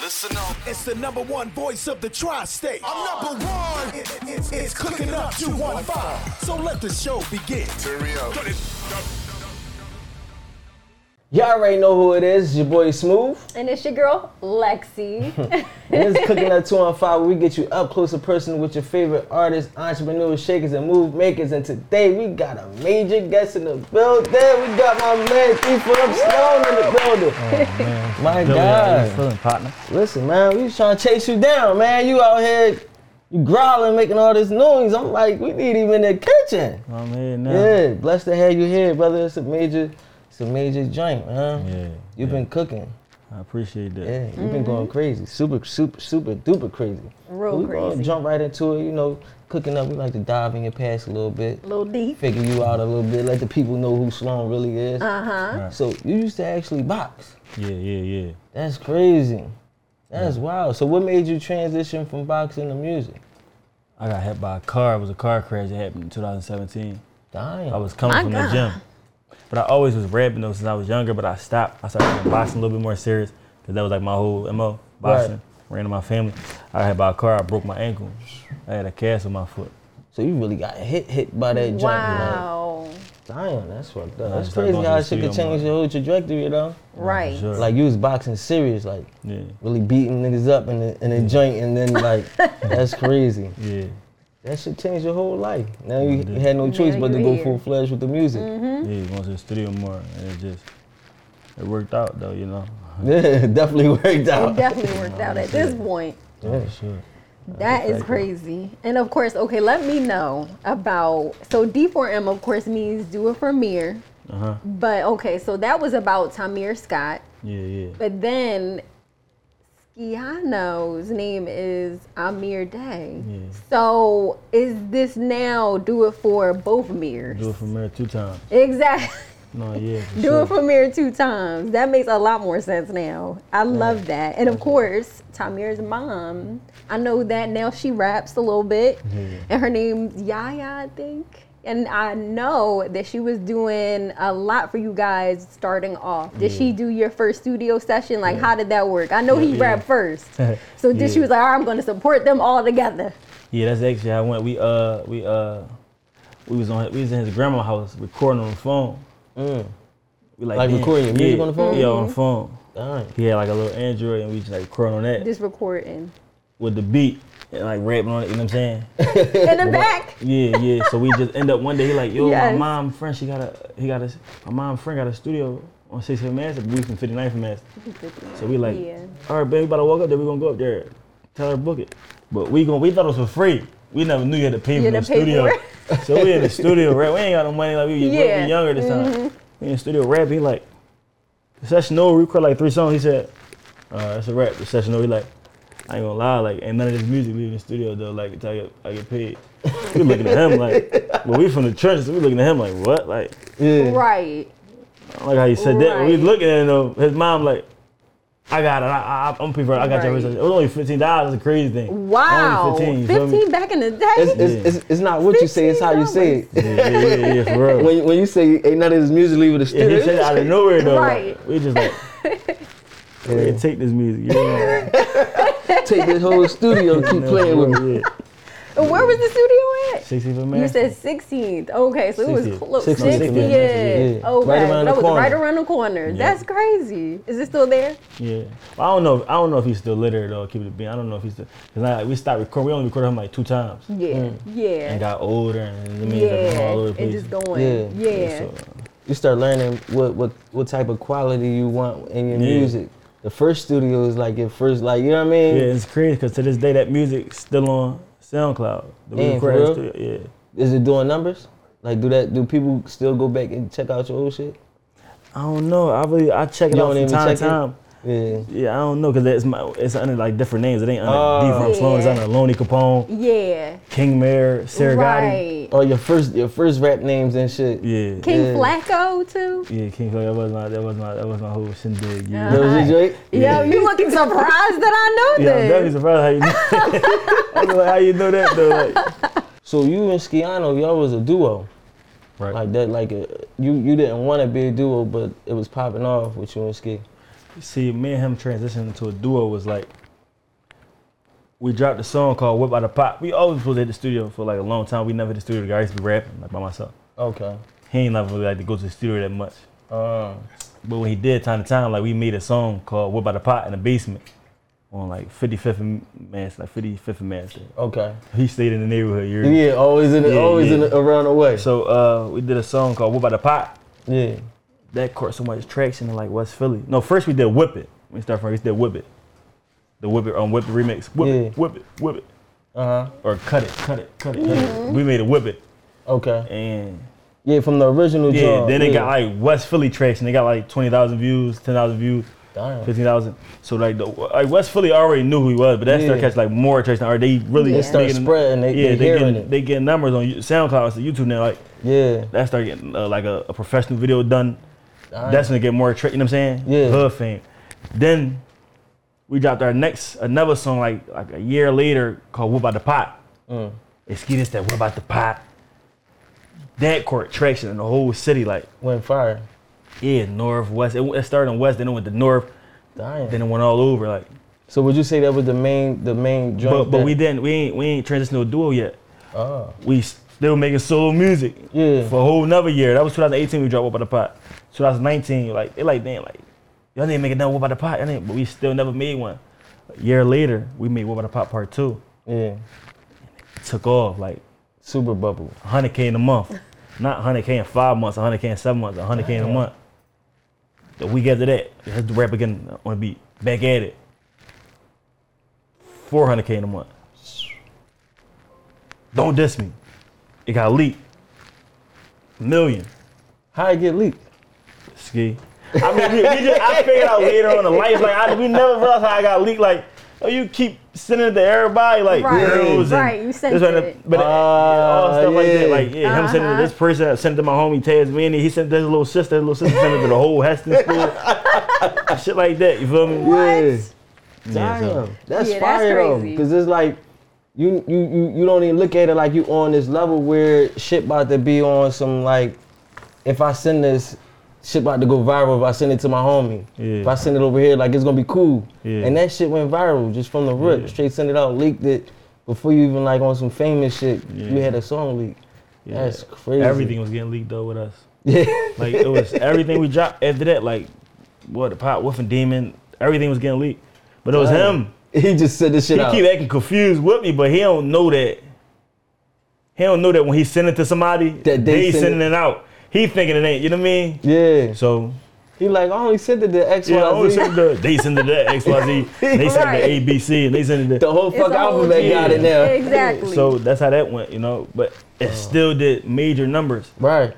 Listen up. It's the number one voice of the tri-state. I'm number one. it's, it's cooking up 215. So let the show begin. Turn me up. Y'all already know who it is. It's your boy Smooth. And it's your girl, Lexi. And this is Cooking Up 215 where we get you up close and personal with your favorite artists, entrepreneurs, shakers, and move makers. And today we got a major guest in the building. We got my man Three Foot Up Stone in the building. my Oh, How you God. feeling, partner? Listen, man, we was trying to chase you down, man. You out here, you growling, making all this noise. I'm like, we need him in the kitchen. I'm here now. Yeah, blessed to have you here, brother. It's a major, it's a major joint, man. Yeah, You've been cooking. I appreciate that. Yeah, you've been going crazy, super, super, super duper crazy. Mm-hmm. Real we crazy. gonna jump right into it. You know, cooking up. We like to dive in your past a little bit, Little D. figure you out a little bit, let the people know who Sloan really is. Uh huh. So you used to actually box. Yeah, yeah, yeah. That's crazy. That's wild. So what made you transition from boxing to music? I got hit by a car. It was a car crash that happened in 2017. Dying. I was coming My from God. the gym. But I always was rapping though since I was younger, but I stopped. I started doing boxing a little bit more serious because that was like my whole MO boxing. Right. Ran in my family. I got hit by a car. I broke my ankle. I had a cast on my foot. so you really got hit hit by that jump. Wow. Dying. That's fucked up. I That's just started crazy going to how the shit could studio change more. your whole trajectory, though. Right. Sure. Like you was boxing serious, like Yeah, really beating niggas up in the in the joint, and then like that's crazy. yeah, That should change your whole life. Now you, did. you had no choice Now but to you go here. Mm-hmm. full fledged with the music. Hmm? yeah. Going to the studio more, and it just it worked out though, you know. Yeah, it definitely worked It out. definitely worked out at this point. Yeah, for sure. That is crazy. And of course, okay, let me know about. So D4M, of course, means do it for Mir. Uh huh. But okay, so that was about Tamir Scott. Yeah, yeah. But then Skiano's name is Amir Day. Yeah. So is this now do it for both Mirs? Do it from there two times. Exactly. No, yeah. For Do sure. it for Mir two times. That makes a lot more sense now. I love that. And of course, Tamir's mom. I know that now she raps a little bit. Yeah. And her name's Yaya, I think. And I know that she was doing a lot for you guys starting off. Did she do your first studio session? Like, how did that work? I know he Yeah. rapped first. So then she Yeah. was like, all right, I'm going to support them all together. Yeah, that's actually how I went. We uh we uh we was on we was in his grandma's house recording on the phone. We Mm. Like damn, recording your music yeah, on the phone? Yeah, Mm-hmm. on the phone. Dying. He had like a little Android and we just like recording on that Just recording. with the beat and like rapping on it, you know what I'm saying? In the back. yeah, yeah. So we just end up one day he like, yo, Yes. my mom friend, she got a he got a my mom friend got a studio on 6th Master, we from 59th and Master. So we like, Yeah. all right, baby, about to walk up there. We gonna go up there, tell her book it. But we gonna we thought it was for free. We never knew you had to pay for had the to pay studio. so we in the studio, right? We ain't got no money. Like we, we Yeah. Mm-hmm. were younger this time. We in the studio rap. He like, the session over. We recorded like three songs. He said, all right, that's a rap. The session over. He like. I ain't gonna lie, like ain't none of this music we in the studio though, like until I get, I get paid. We looking at him like, but we from the trenches, we looking at him like, what? Like, Yeah. Right. I like how you said that. When we Right. looking at him, though, his mom like, I got it. I, I, I'm paying for it. I got your Right. research. It was only fifteen dollars. It's a crazy thing. Wow. Only 15, 15, you feel me? back in the day. It's, it's, it's, it's not what you say, it's how you say it. Yeah, yeah, yeah, yeah, for real. When, when you say ain't none of this music leaving the yeah, studio. he said it out of nowhere though. like, Right. we just like, yeah. take this music. You know? Take this whole studio and keep playing with me. Yeah. Oh, Where was the studio at? Sixteen for You man. said 16th. Okay, so it was 16th. close. 16th, 60th. yeah. Yeah. Okay, Right around the that was corner. right around the corner. That's crazy. Is it still there? Yeah. Well, I don't know. If, I don't know if he's still literate though. Keep it being. I don't know if he's still. Cause I, we stopped recording. We only recorded him like two times. Yeah. Mm. And Yeah. got older and I mean, like, all Yeah. over the It's place. just going. Yeah. Yeah. So, You start learning what, what, what type of quality you want in your Yeah. music. The first studio is like your first, like, you know what I mean? yeah, it's crazy because to this day that music's still on SoundCloud. The Yeah, for recording real? studio. Yeah. Is it doing numbers? Like, do that? Do people still go back and check out your old shit? I don't know. I really I check it You don't out from even time to check it? time. Yeah. Yeah, I don't know because it's my it's under like different names. It ain't under Oh. D from Sloan. It's Yeah. under Lonely Capone, Yeah. King Mare, Sarah Gotti. Right. Oh, your first, your first rap names and shit. Yeah, King Yeah. Flacco too. yeah, King Floyd. That was my that was my that was my whole shindig. Yeah, Uh-huh. That was your joint? Yeah. you looking surprised that I know yeah, I'm this? definitely surprised how you. Know. I was like, how you know that though? Like, So you and Skiano, y'all was a duo. right. Like that, like uh you you didn't want to be a duo, but it was popping off with you and Ski. see, me and him transitioning to a duo was like, we dropped a song called Whip Out the Pop. We always was at the studio for like a long time. We never hit the studio together. I used to be rapping like by myself. Okay. He ain't never really like to go to the studio that much. Um, But when he did time to time, like we made a song called Whip Out the Pot in the basement on like 55th and Mass, like 55th and Mass. okay. He stayed in the neighborhood. you heard me? Yeah, always in the, Yeah, always in yeah. the, around the way. So uh, we did a song called Whip Out the Pot. yeah. That caught so much traction in like West Philly. No, first we did Whip It. We started from we did Whip It. The Whip It on Whip It remix. Whip Yeah. It, Whip It, Whip It. Uh huh. Or Cut It, Cut It, Cut It. Cut Mm-hmm. it. We made a Whip It. Okay. And Yeah, from the original. yeah, joint, then yeah. it got like West Philly traction. They got like 20,000 views, 10,000 views. Damn. fifteen thousand. So like the like West Philly already knew who he was, but that's their Yeah. catch like more attraction. Are they really They start getting- spreading, they- yeah, they hearing getting it. they getting numbers on you- SoundCloud and YouTube now. Like Yeah. that start getting uh, like a, a professional video done. Damn. That's when they get more attraction. You know what I'm saying? Yeah. Hood fame. Then we dropped our next another song like like a year later called "What About the Pot." It's get us that "What About the Pot." That court traction in the whole city, like went fire. yeah, northwest. It, it started in west, then it went to north, Damn. then it went all over. Like so would you say that was the main the main joint? But but that- we didn't we ain't we ain't transitioned to a duo yet. Oh. We still making solo music. Yeah. For a whole another year. That was 2018 we dropped Up by the Pot. 2019, like they like damn like y'all need to make another What by the Pot. Y'all need- But we still never made one. A year later, we made What by the Pot Part Two. Yeah. Took off like Super bubble. 100k in a month, not 100k in five months, 100k in seven months, 100k in a month. The week after that, let's rap again. I want to be back at it. 400k in a month. Don't diss me. It got leaked. Million. How it get leaked? Ski. I mean, we, we just, I figured out later on in life, like, I, we never realized how I got leaked. Like, oh, you keep sending it to everybody, like, Right, girls and right, you this, sent right, that. it. But all Ah, stuff like that. yeah. Like, yeah, him sending it Uh-huh. to this person, I sent it to my homie Taz Manny. He sent it to his little sister. His little sister sent it to the whole Heston school. Shit like that, you feel me? Yeah. Yeah, so- Damn, that's Yeah, that's fire crazy. Because it's like you, you you you don't even look at it like you on this level where shit about to be on some like if I send this shit about to go viral if I send it to my homie. Yeah. If I send it over here, like it's gonna be cool. Yeah. And that shit went viral just from the root. Yeah. Straight send it out, leaked it before you even like on some famous shit. You Yeah. had a song leak. Yeah. That's crazy. Everything was getting leaked, though, with us. Yeah. Like, it was everything we dropped after that, like, what, the Pop, Wolf, and Demon, everything was getting leaked. But it was him. He just said this shit He out. keep acting confused with me, but he don't know that. He don't know that when he send it to somebody, That they they, send sending it. out. He thinking it ain't. You know what I mean? yeah. So He like I only sent it to X Y Z. yeah, I always send it to they send it to that XYZ. They send Right. it to ABC. And they send it the to. whole It's fuck a whole alphabet got it team. now. Exactly. So that's how that went, you know. But it still did major numbers. Right.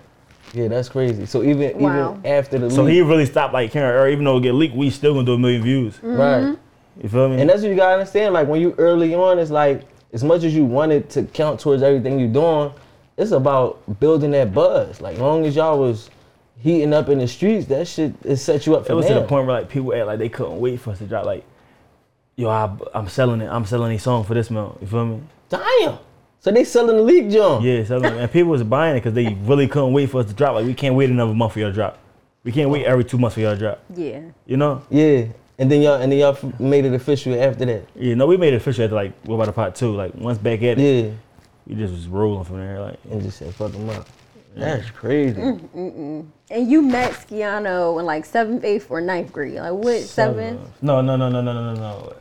Yeah, that's crazy. So even Wow. even after the So leak, he really stopped like caring. Or even though it get leaked, we still gonna do a million views. right. You feel me? Mm. And that's what you gotta understand. Like when you early on, it's like as much as you want it to count towards everything you're doing, it's about building that buzz. Like long as y'all was heating up in the streets, that shit it set you up for it was to now. the point where like people act like they couldn't wait for us to drop. Like, yo, I, I'm selling it. I'm selling a song for this month. You feel me? Damn. So they selling the leak, John. Yeah, so, and people was buying it because they really couldn't wait for us to drop. Like, we can't wait another month for y'all to drop. We can't wait every two months for y'all to drop. yeah. You know? Yeah. And then y'all and then y'all f- made it official after that. Yeah, no, we made it official after like what about the part two? Like once back at it, Yeah. we just was rolling from there. Like And just said fuck them up. That's crazy. And you met Skiano in like seventh, eighth, or ninth grade. Like what? Seventh, No, no, no, no, no, no, no, no.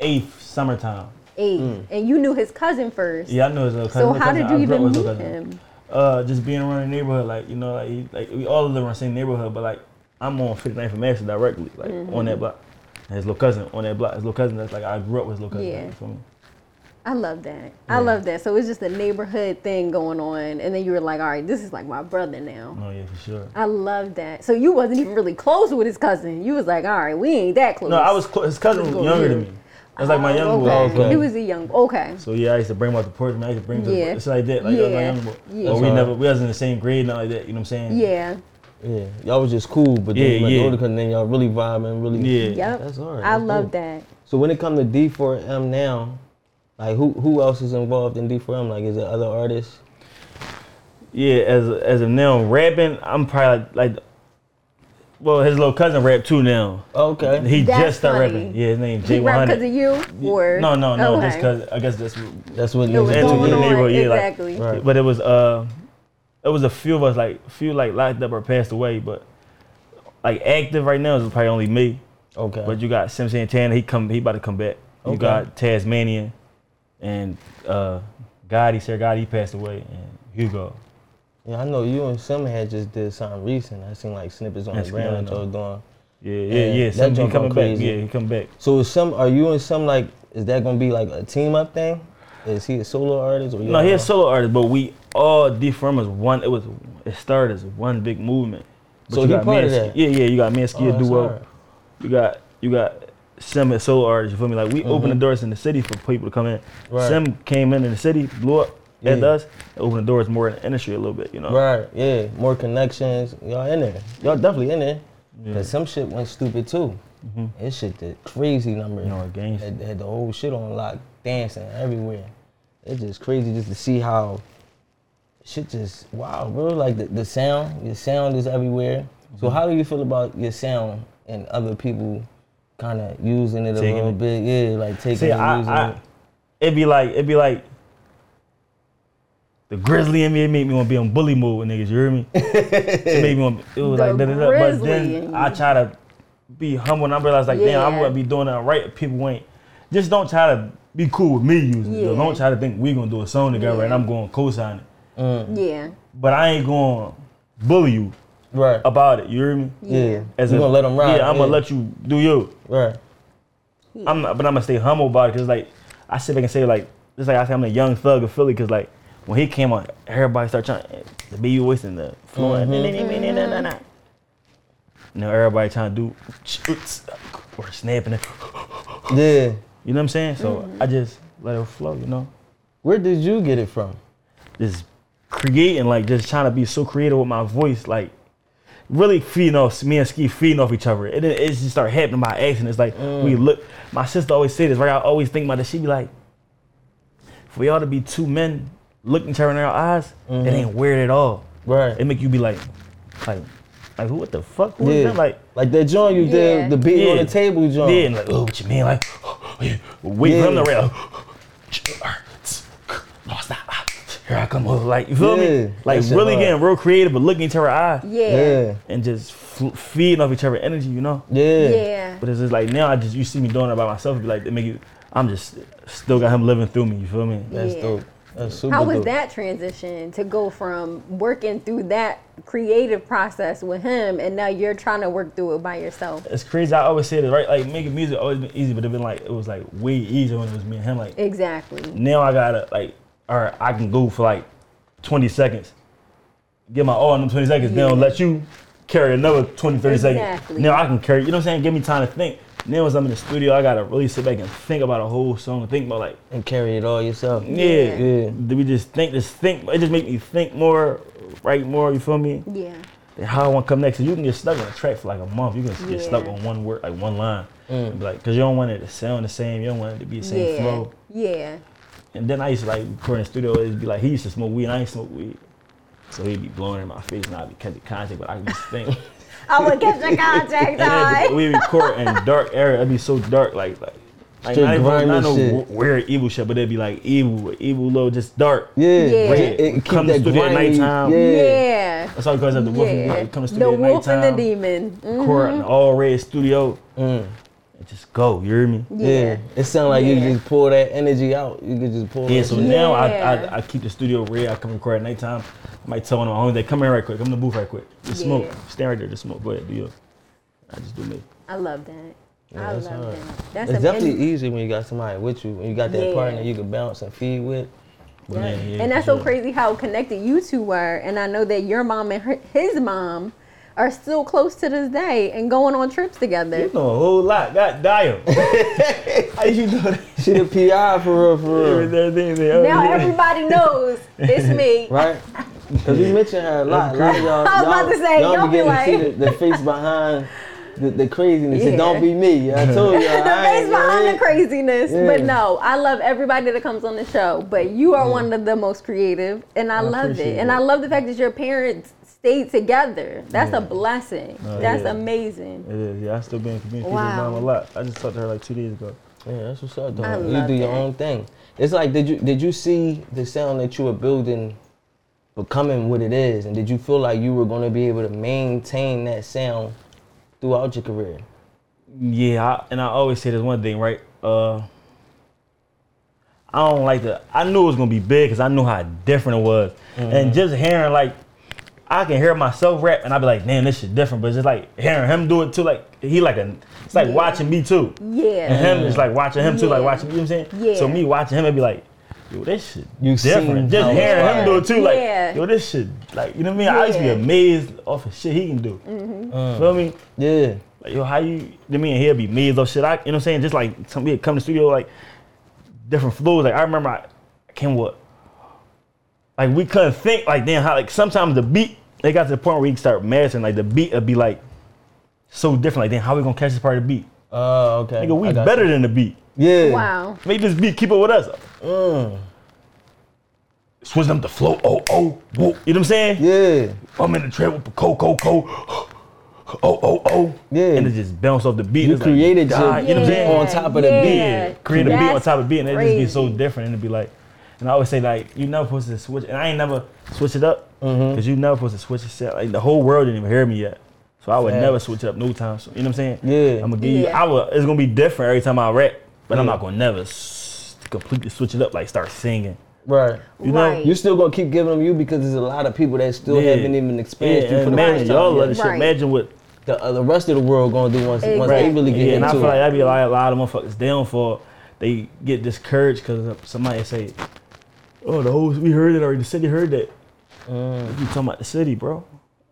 Eighth summertime. eighth. And you knew his cousin first. Mm. Yeah, I know his little cousin. So my how cousin- did you I grew up even with his meet little cousin. him? Uh, just being around the neighborhood, like you know, like, he, like we all live around the same neighborhood, but like I'm on 59th and Madison directly, like on Mm-hmm. that block. And his little cousin on that block, his little cousin. That's like I grew up with his little cousin. Yeah. you feel me? I love that. I love that. So it's just a neighborhood thing going on, and then you were like, all right, this is like my brother now. Oh yeah, for sure. I love that. So you wasn't even really close with his cousin. You was like, all right, we ain't that close. No, I was clo- his cousin was Let's go younger than me. here. That's like my young boy. okay. Okay. He was a young. Okay. So yeah, I used to bring him out to porch, man. I used to bring him Yeah. to the It's like that. Like that was my Yeah. young boy. Yeah. But we That's never alright. we was in the same grade, not like that, you know what I'm saying? Yeah. Yeah. Y'all was just cool, but then Yeah, you met yeah. the older cousin, then y'all really vibing, really Yeah. Yep. That's all right. I That's love dope. that. So when it comes to D4M now, like who who else is involved in D4M? Like is it other artists? Yeah, as as of now rapping, I'm probably like well, his little cousin rap too now. Oh, Okay. He That's just started funny. rapping. Yeah, his name J He One rap because Hundred. of you, or No, no, no. Just Okay. cause I guess that's what- That's what It was into going the on. neighborhood. Yeah, like- exactly. Right. But it was uh, it was a few of us like a few like locked up or passed away, but like active right now is probably only me. Okay. But you got Sim Santana, he come he about to come back. You Okay. got Tasmanian and uh Gotti, Sir Gotti, he passed away and Hugo. yeah, I know you and Sim had just did something recent. I seen like snippets on That's the ground that good, y'all doing. Yeah, yeah, yeah. that Sim, he jump coming on back. crazy. Yeah, he come back. So is some are you and some like is that gonna be like a team up thing? Is he a solo artist or you No, he a so solo artist, but we all D from us one it was it started as one big movement. But So you he got me part and of Ski- that? Yeah, yeah, you got me and Ski Oh, a that's duo. hard. You got you got Sim as solo artist, you feel me? Like we open the doors in the city for people to come in. Mm-hmm. Right. Sim came in in the city, blew up at Yeah. us, and opened the doors more in the industry a little bit, you know. Right, yeah. More connections. Y'all in there. Y'all definitely in there. Cause some shit went stupid too. This shit did crazy numbers. Mm-hmm. You know, our games. Had, had the whole shit on lock, dancing everywhere. It's just crazy just to see how shit just wow, bro. Like the, the sound, your sound is everywhere. Mm-hmm. So how do you feel about your sound and other people kind of using it a Taking little it. bit? Yeah, like taking See, it, I, using I, it. it'd be like, it'd be like, the grizzly in me, it made me want to be on bully mode with niggas, you hear me? it made me want, it was The like, da, da, da. but grizzly in then you. I try to be humble and I realize like, damn, I Yeah. wouldn't be doing that right if people ain't, just don't try to be cool with me using it. though. Yeah. Don't try to think we gonna do a song together Yeah. and I'm going to co-sign it. Yeah. But I ain't going to bully you Right. about it, you hear me? yeah. As you a- gonna let them ride. Yeah, I'm gonna let you do you. Right. I'm not, but I'm gonna stay humble about it because like I sit back and say like just like I say I'm a young thug of Philly because like when he came on, everybody started trying the baby voice and the floor. Now everybody trying to do or snapping it. Yeah. You know what I'm saying? So I just let it flow. You know, Where did you get it from? just creating like just trying to be so creative with my voice like. Really feeding off me and Ski feeding off each other. It, it just start happening by accident. It's like we look. My sister always say this, right? I always think about this. She be like, for y'all to be two men looking each other in their eyes, it ain't weird at all. Right. It make you be like, like, like who? What the fuck? Who is yeah. that? Like, like that joint you Yeah. did, the beating on Yeah. the table joint. yeah, and like, oh, what you mean? Like, yeah. wait for him to Yeah. rap. uh, Lost that. Here I come. oh, Like, you feel Yeah. me? Like, That shit really hard. getting real creative, but looking each other eye Yeah. Yeah. and just f- feeding off each other energy. You know. Yeah. Yeah. But it's just like now I just you see me doing it by myself. it Be like, it make you. I'm just still got him living through me. You feel me? That's Yeah. dope. That's super How was dope. that transition to go from working through that creative process with him and now you're trying to work through it by yourself? It's crazy. I always say this, right? Like making music always been easy, but it been like it was like way easier when it was me and him. Like Exactly. now I gotta like, all right, I can go for like 20 seconds, get my all in them 20 seconds, then I'll Yeah. let you carry another 20, 30 Exactly. seconds. Now I can carry, you know what I'm saying? Give me time to think. Now as I'm in the studio, I gotta really sit back and think about a whole song and think about like, and carry it all yourself. yeah, Yeah. do we just think, just think, it just make me think more, write more, you feel me? Yeah. And how I want to come next. 'Cause You can get stuck on a track for like a month. You can get stuck Yeah. on one word, like one line. And be Like, cause you don't want it to sound the same. You don't want it to be the same Yeah. flow. Yeah. And then I used to like record in the studio. It'd be like he used to smoke weed. and I ain't smoke weed, so he'd be blowing in my face, and I'd be catching contact. But I could just think. I would Oh, catch your contact and eye. we record in dark area. It'd be so dark, like like. Like Straight not, even, grimy not no shit. w- weird evil shit, but it'd be like evil, evil little, just dark. Yeah. Yeah. Red. It, it keep Come to that studio at grimy- nighttime. Yeah. Yeah. That's all because of the wolf. Yeah. Like, comes to the me at wolf nighttime. and the demon. Mm, Record in an all red studio. Mm. and just go. You hear me? Yeah. Yeah. It sounds like Yeah. you just pull that energy out. You could just pull Yeah. that So shit. now I, Yeah. I I keep the studio red. I come record at nighttime. I might tell one of my homies, they come in right quick. Come in the booth right quick. Just smoke. Yeah. Stand right there. Just smoke. Go ahead. Do yours. I just do me. I love that. I that's love hard. that. That's It's amazing. definitely easy when you got somebody with you. When you got that Yeah. partner you can bounce and feed with. Yeah, yeah, and that's for so sure. crazy how connected you two were. And I know that your mom and her, his mom are still close to this day and going on trips together. You know a whole lot. God damn. How you know that? She the PI for real, for real. Now everybody knows it's me. Right? Because we mentioned her a lot. A lot of y'all, I was about y'all- to say, y'all be y'all begin like- to see the, the face behind the, the craziness. It Yeah. don't be me. I told y'all. I the face ain't gonna behind hit. the craziness. Yeah. But no, I love everybody that comes on the show. But you are one of the most creative, and I, love it. appreciate And it. I love the fact that your parents stayed together. That's a blessing. Oh, That's yeah. amazing. It is. Yeah, I still been in communication with Wow. mom a lot. I just talked to her like two days ago. Yeah, that's what's up, though. I you love do your that. own thing. It's like, did you did you see the sound that you were building becoming what it is, and did you feel like you were going to be able to maintain that sound throughout your career? Yeah, I, and I always say this one thing, right? Uh, I don't like the. I knew it was gonna be big because I knew how different it was, and just hearing like, I can hear myself rap, and I be like, man, this shit different. But it's just like hearing him do it too, like he like a. It's like watching me too. Yeah. And him is like watching him too, like Yeah. watching you know what I'm saying? Yeah. So me watching him it'd be like, yo, this shit You seen different. how Just it's hearing wired. him do it too, Yeah. like, yo, this shit like you know what I mean? I used to be Yeah. amazed off of shit he can do. Feel me? Yeah, Like, yo, how you I mean he'll be amazed off shit. I you know what I'm saying? Just like somebody come to the studio like different flows. Like I remember I, I came with like we couldn't think like damn how like sometimes the beat they got to the point where we start mastering, like the beat would be like so different. Like damn, how we gonna catch this part of the beat? Oh, okay. Nigga, we I got better you. than the beat. Yeah. Wow. Make this beat keep up with us. Mm. Switch them to flow. Oh, oh, whoa. You know what I'm saying? Yeah. I'm in the trap with the co, co, co. Oh, oh, oh. Yeah. And it just bounce off the beat. You It's like, created your- God, You know what I'm saying? on top of the beat. Yeah, create a beat on That's top of beat, and it just be so crazy. different. And it'd be like, and I always say like, you never supposed to switch, and I ain't never switch it up, Mm-hmm. cause you never supposed to switch it up. Like the whole world didn't even hear me yet, so I would Facts. never switch it up no time. So, you know what I'm saying? Yeah. I'm gonna give you. Yeah. I will. It's gonna be different every time I rap, but I'm Yeah. not gonna never s- completely switch it up. Like start singing. Right. You know, Right. You're still gonna keep giving them you because there's a lot of people that still Yeah. haven't even Yeah, experienced you for and the imagine first time. y'all yet. other shit. Right. Imagine what. The, uh, the rest of the world gonna do once once they Exactly. really get Yeah, and I feel into like it. that'd be like a lot of motherfuckers down for. They get discouraged because somebody say, "Oh, the whole we heard it or the city heard that." Mm. You talking about the city, bro?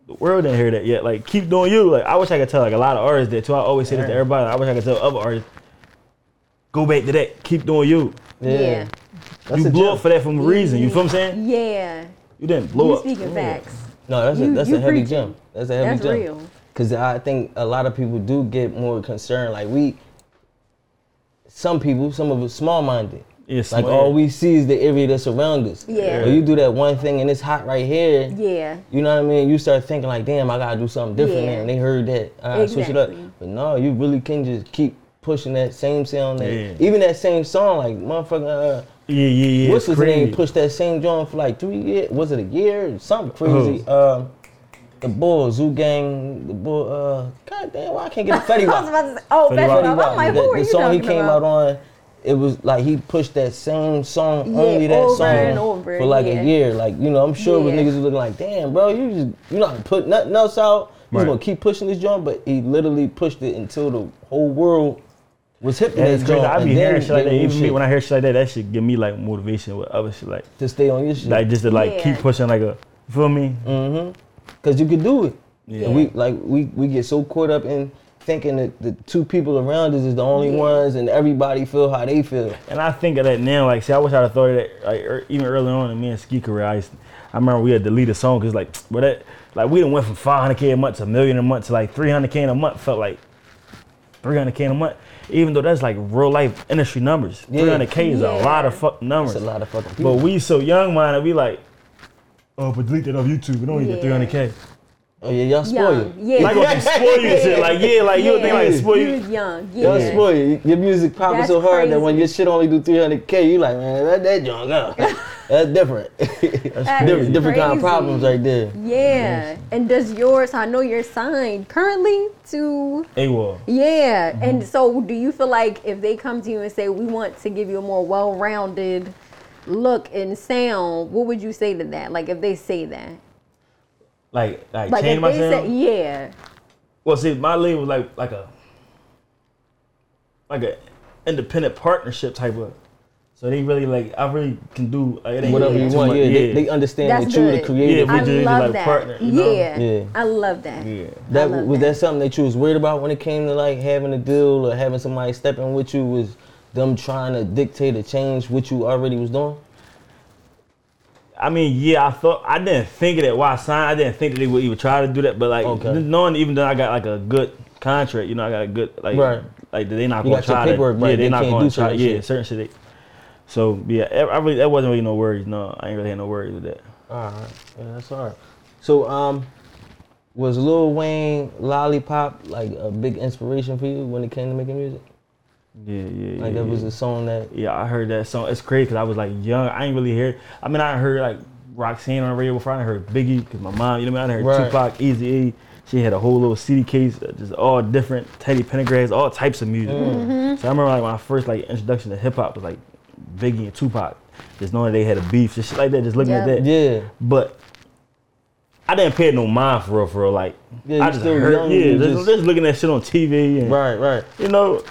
The world didn't hear that yet. Like, keep doing you. Like, I wish I could tell like a lot of artists that too. I always say this to everybody. I wish I could tell other artists, go back to that. Keep doing you. Yeah. That's you a blew gem. up for that from a reason. You feel what I'm saying? Yeah. You didn't blow You up. speaking facts. No, that's a, You- that's you a heavy preaching. gem. That's a heavy That's gem. real. Cause I think a lot of people do get more concerned. Like we, some people, some of us, small-minded. Yeah, Like small- all we see is the area that's around us. Yeah. When you do that one thing and it's hot right here. Yeah. You know what I mean? You start thinking like, damn, I gotta do something different. Yeah. now. And they heard that, I gotta switch it up. Exactly. But no, you really can just keep pushing that same sound, that, Yeah. even that same song. Like motherfucking uh, Yeah, yeah, yeah. what's his it's name? crazy. Pushed that same joint for like three years. Was it a year? or Something crazy. Uh-huh. Um, the boy Zoo Gang. The boy. Uh, God damn, why I can't get a Fetty I was Wap? about to say, oh, Fetty Fetty Wap. Wap. I'm like, the, who are the you song he talking came out about? on, it was like he pushed that same song, Yeah, only that over song and over, for like yeah. a year. Like you know, I'm sure Yeah. it was niggas was looking like, damn, bro, you just you not gonna put nothing else out. You Right. just gonna keep pushing this joint, but he literally pushed it until the whole world was hip to That's that crazy. joint. I and be then hearing shit they like that. knew Even me, shit when I hear shit like that, that should give me like motivation with other shit like to stay on your shit, like just to like Yeah. keep pushing like a you feel me Mm. cause you could do it. Yeah. And we like we we get so caught up in thinking that the two people around us is the only ones, and everybody feel how they feel. and i think of that now like see i wish i'd have thought of that like er, even earlier on in me and ski career i used, i remember we had to lead a song because like but that like we done went from 500k a month to a million a month to like 300k in a month felt like 300k in a month even though that's like real life industry numbers Yeah. 300k is a Yeah. lot of fuck numbers It's a lot of fucking people. But we so young minded, we like, oh, but delete that off YouTube. We don't need Yeah. the 300K. oh yeah, y'all Young. spoiled. Yeah. Like, gonna spoil you and shit. Like, yeah, like, you would think, like, Yeah. spoil You you. was young. Y'all Yeah. spoil you. Your music popping That's so hard that when crazy. your shit only do 300k, you like, man, that that junk up. That's different. That's different, different kind of crazy. problems right there. Yeah. And does yours, I know you're signed currently to. AWOL. Yeah. And so do you feel like if they come to you and say, we want to give you a more well rounded look and sound, what would you say to that? Like, if they say that? Like, like, Like, change if they myself. say, yeah. Well, see, my label was like, like a, like a independent partnership type of. So they really like, I really can do like, it ain't Whatever you too want, much- yeah, They, yeah. they understand That's that you the good. creator. Yeah, I just love like that. partner, you know? Yeah. Yeah. I love that. Yeah. I that love was that. that something that you was worried about when it came to like having a deal or having somebody stepping with you was them trying to dictate or change what you already was doing. I mean, yeah, I thought I didn't think of that. Why I signed? I didn't think that they would even try to do that. But like, Okay. knowing even though I got like a good contract, you know, I got a good like, Right. like they not You gonna got your try to, paperwork right, yeah, they they not can't gonna do try, certain yeah, shit. certain shit. They, so yeah, I I really that wasn't really no worries. No, I ain't really had no worries with that. All right, yeah, that's all right. So um, Was Lil Wayne Lollipop like a big inspiration for you when it came to making music? Yeah, yeah, Like yeah. that was yeah. a song that Yeah, I heard that song. It's crazy because I was like young. I ain't really hear. I mean, I heard like Roxanne on the radio before. I done heard Biggie because my mom. You know what I mean? I done Right. heard Tupac, Easy E. She had a whole little CD case, uh, just all different Teddy Pendergrass, all types of music. Mm. So I remember like my first like introduction to hip hop was like Biggie and Tupac. Just knowing they had a beef, just shit like that. Just looking at Yeah. that. yeah. But I didn't pay it no mind for real, for real. Like Yeah, I you just still heard, young, yeah, you just, just- just looking at shit on TV and Right, right. you know.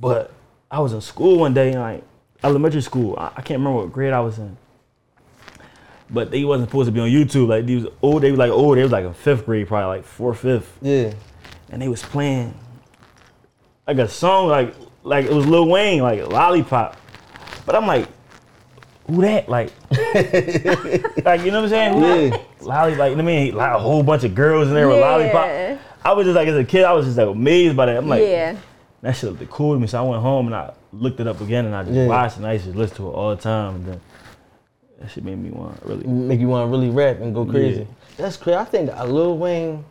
But I was in school one day, like elementary school. I, I can't remember what grade I was in. But they wasn't supposed to be on YouTube. Like these old, they was like old. They was like in fifth grade, probably like fourth, fifth, Yeah. and they was playing like a song, like like it was Lil Wayne, like Lollipop. But I'm like, who that? Like, like you know what I'm saying? Who that? Yeah. Lolly, like, I mean, like a whole bunch of girls in there with Yeah. lollipop. I was just like, as a kid, I was just like amazed by that. I'm like, yeah. that shit looked cool to me. So I went home and I looked it up again and I just Yeah. watched it and I used to listen to it all the time. And then that shit made me want to really. Make you wanna really rap and go crazy. Yeah. That's crazy. I think that Lil Wayne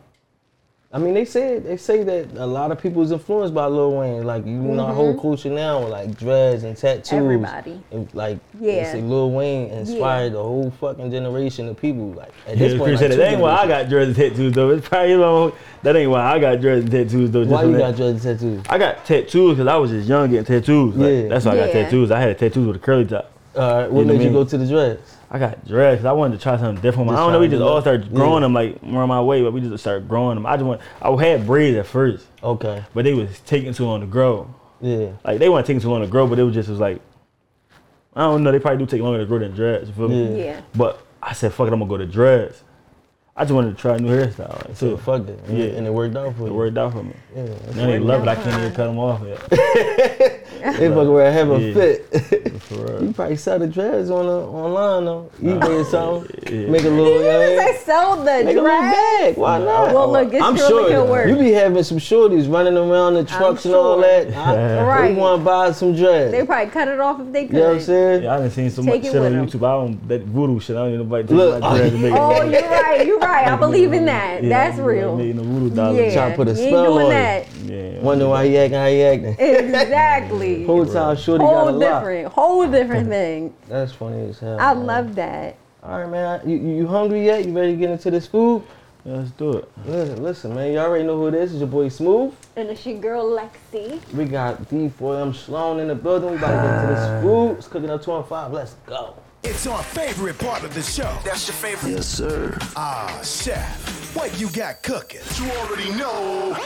I mean they say they say that a lot of people is influenced by Lil Wayne. Like you know our whole culture now with like dreads and tattoos. Mm-hmm. Everybody. And, like they Yeah. say Lil Wayne inspired the whole fucking generation of people. Like at Yeah, this it's point. pretty Like, sad. two that ain't why I generations. got dreads and tattoos though. It's probably you know, that ain't why I got dreads and tattoos though. just why on you that. got dreads and tattoos? I got tattoos because I was just young getting tattoos. Like, Yeah. That's why I got Yeah. tattoos. I had a tattoo with a curly top. Alright, what You made know what I you mean? go to the dreads? I got dreads 'cause I wanted to try something different. Just I don't know. We trying to just do all that. started growing Yeah. them like around my way, but we just started growing them. I just want. I had braids at first, Okay. but they was taking too long to grow. Yeah. Like they weren't taking too long to grow, but it was just was like, I don't know. They probably do take longer to grow than dreads. You feel me? Yeah. Yeah. But I said, fuck it, I'm gonna go to dreads. I just wanted to try a new hairstyle. Like, So so fuck it. And, Yeah. it- and it worked out for it you. worked out for me. Yeah, that's Now they right. love it. I can't even cut them off yet. They fucking wear a have a Yeah. fit. For real. you probably sell the dreads on a, online though. eBay or something. yeah. Make a little. You yeah, say sell the Make a little dress. bag. Why Nah, not? Well, look, it I'm surely sure could though. work. you be having some shorties running around the trucks and all sure. that. I, Right. We want to buy some dreads. They probably cut it off if they could. you know what I'm saying? Yeah, I done seen so Take much it shit on with 'em. YouTube. I don't that voodoo shit. I don't need nobody taking Look. my dreads and making Oh, you're right. You're right. I believe in that. Yeah, That's nobody real. making no voodoo Yeah. dollars. Trying to put a you ain't spell doing on it. that. Yeah. Wonder why he acting how he acting. Exactly. Whole time shorty got a Whole lot. different. Whole different thing. That's funny as hell. I man. love that. All right, man. I- You, you hungry yet? You ready to get into this food? Yeah, let's do it. Listen, listen, man. You already know who it is. It's your boy Smooth. And it's your girl Lexi. We got D4M Sloan in the building. We about to get to this food. It's cooking up 215. Let's go. It's our favorite part of the show. That's your favorite. Yes, sir. Ah, chef, what you got cooking? You already know.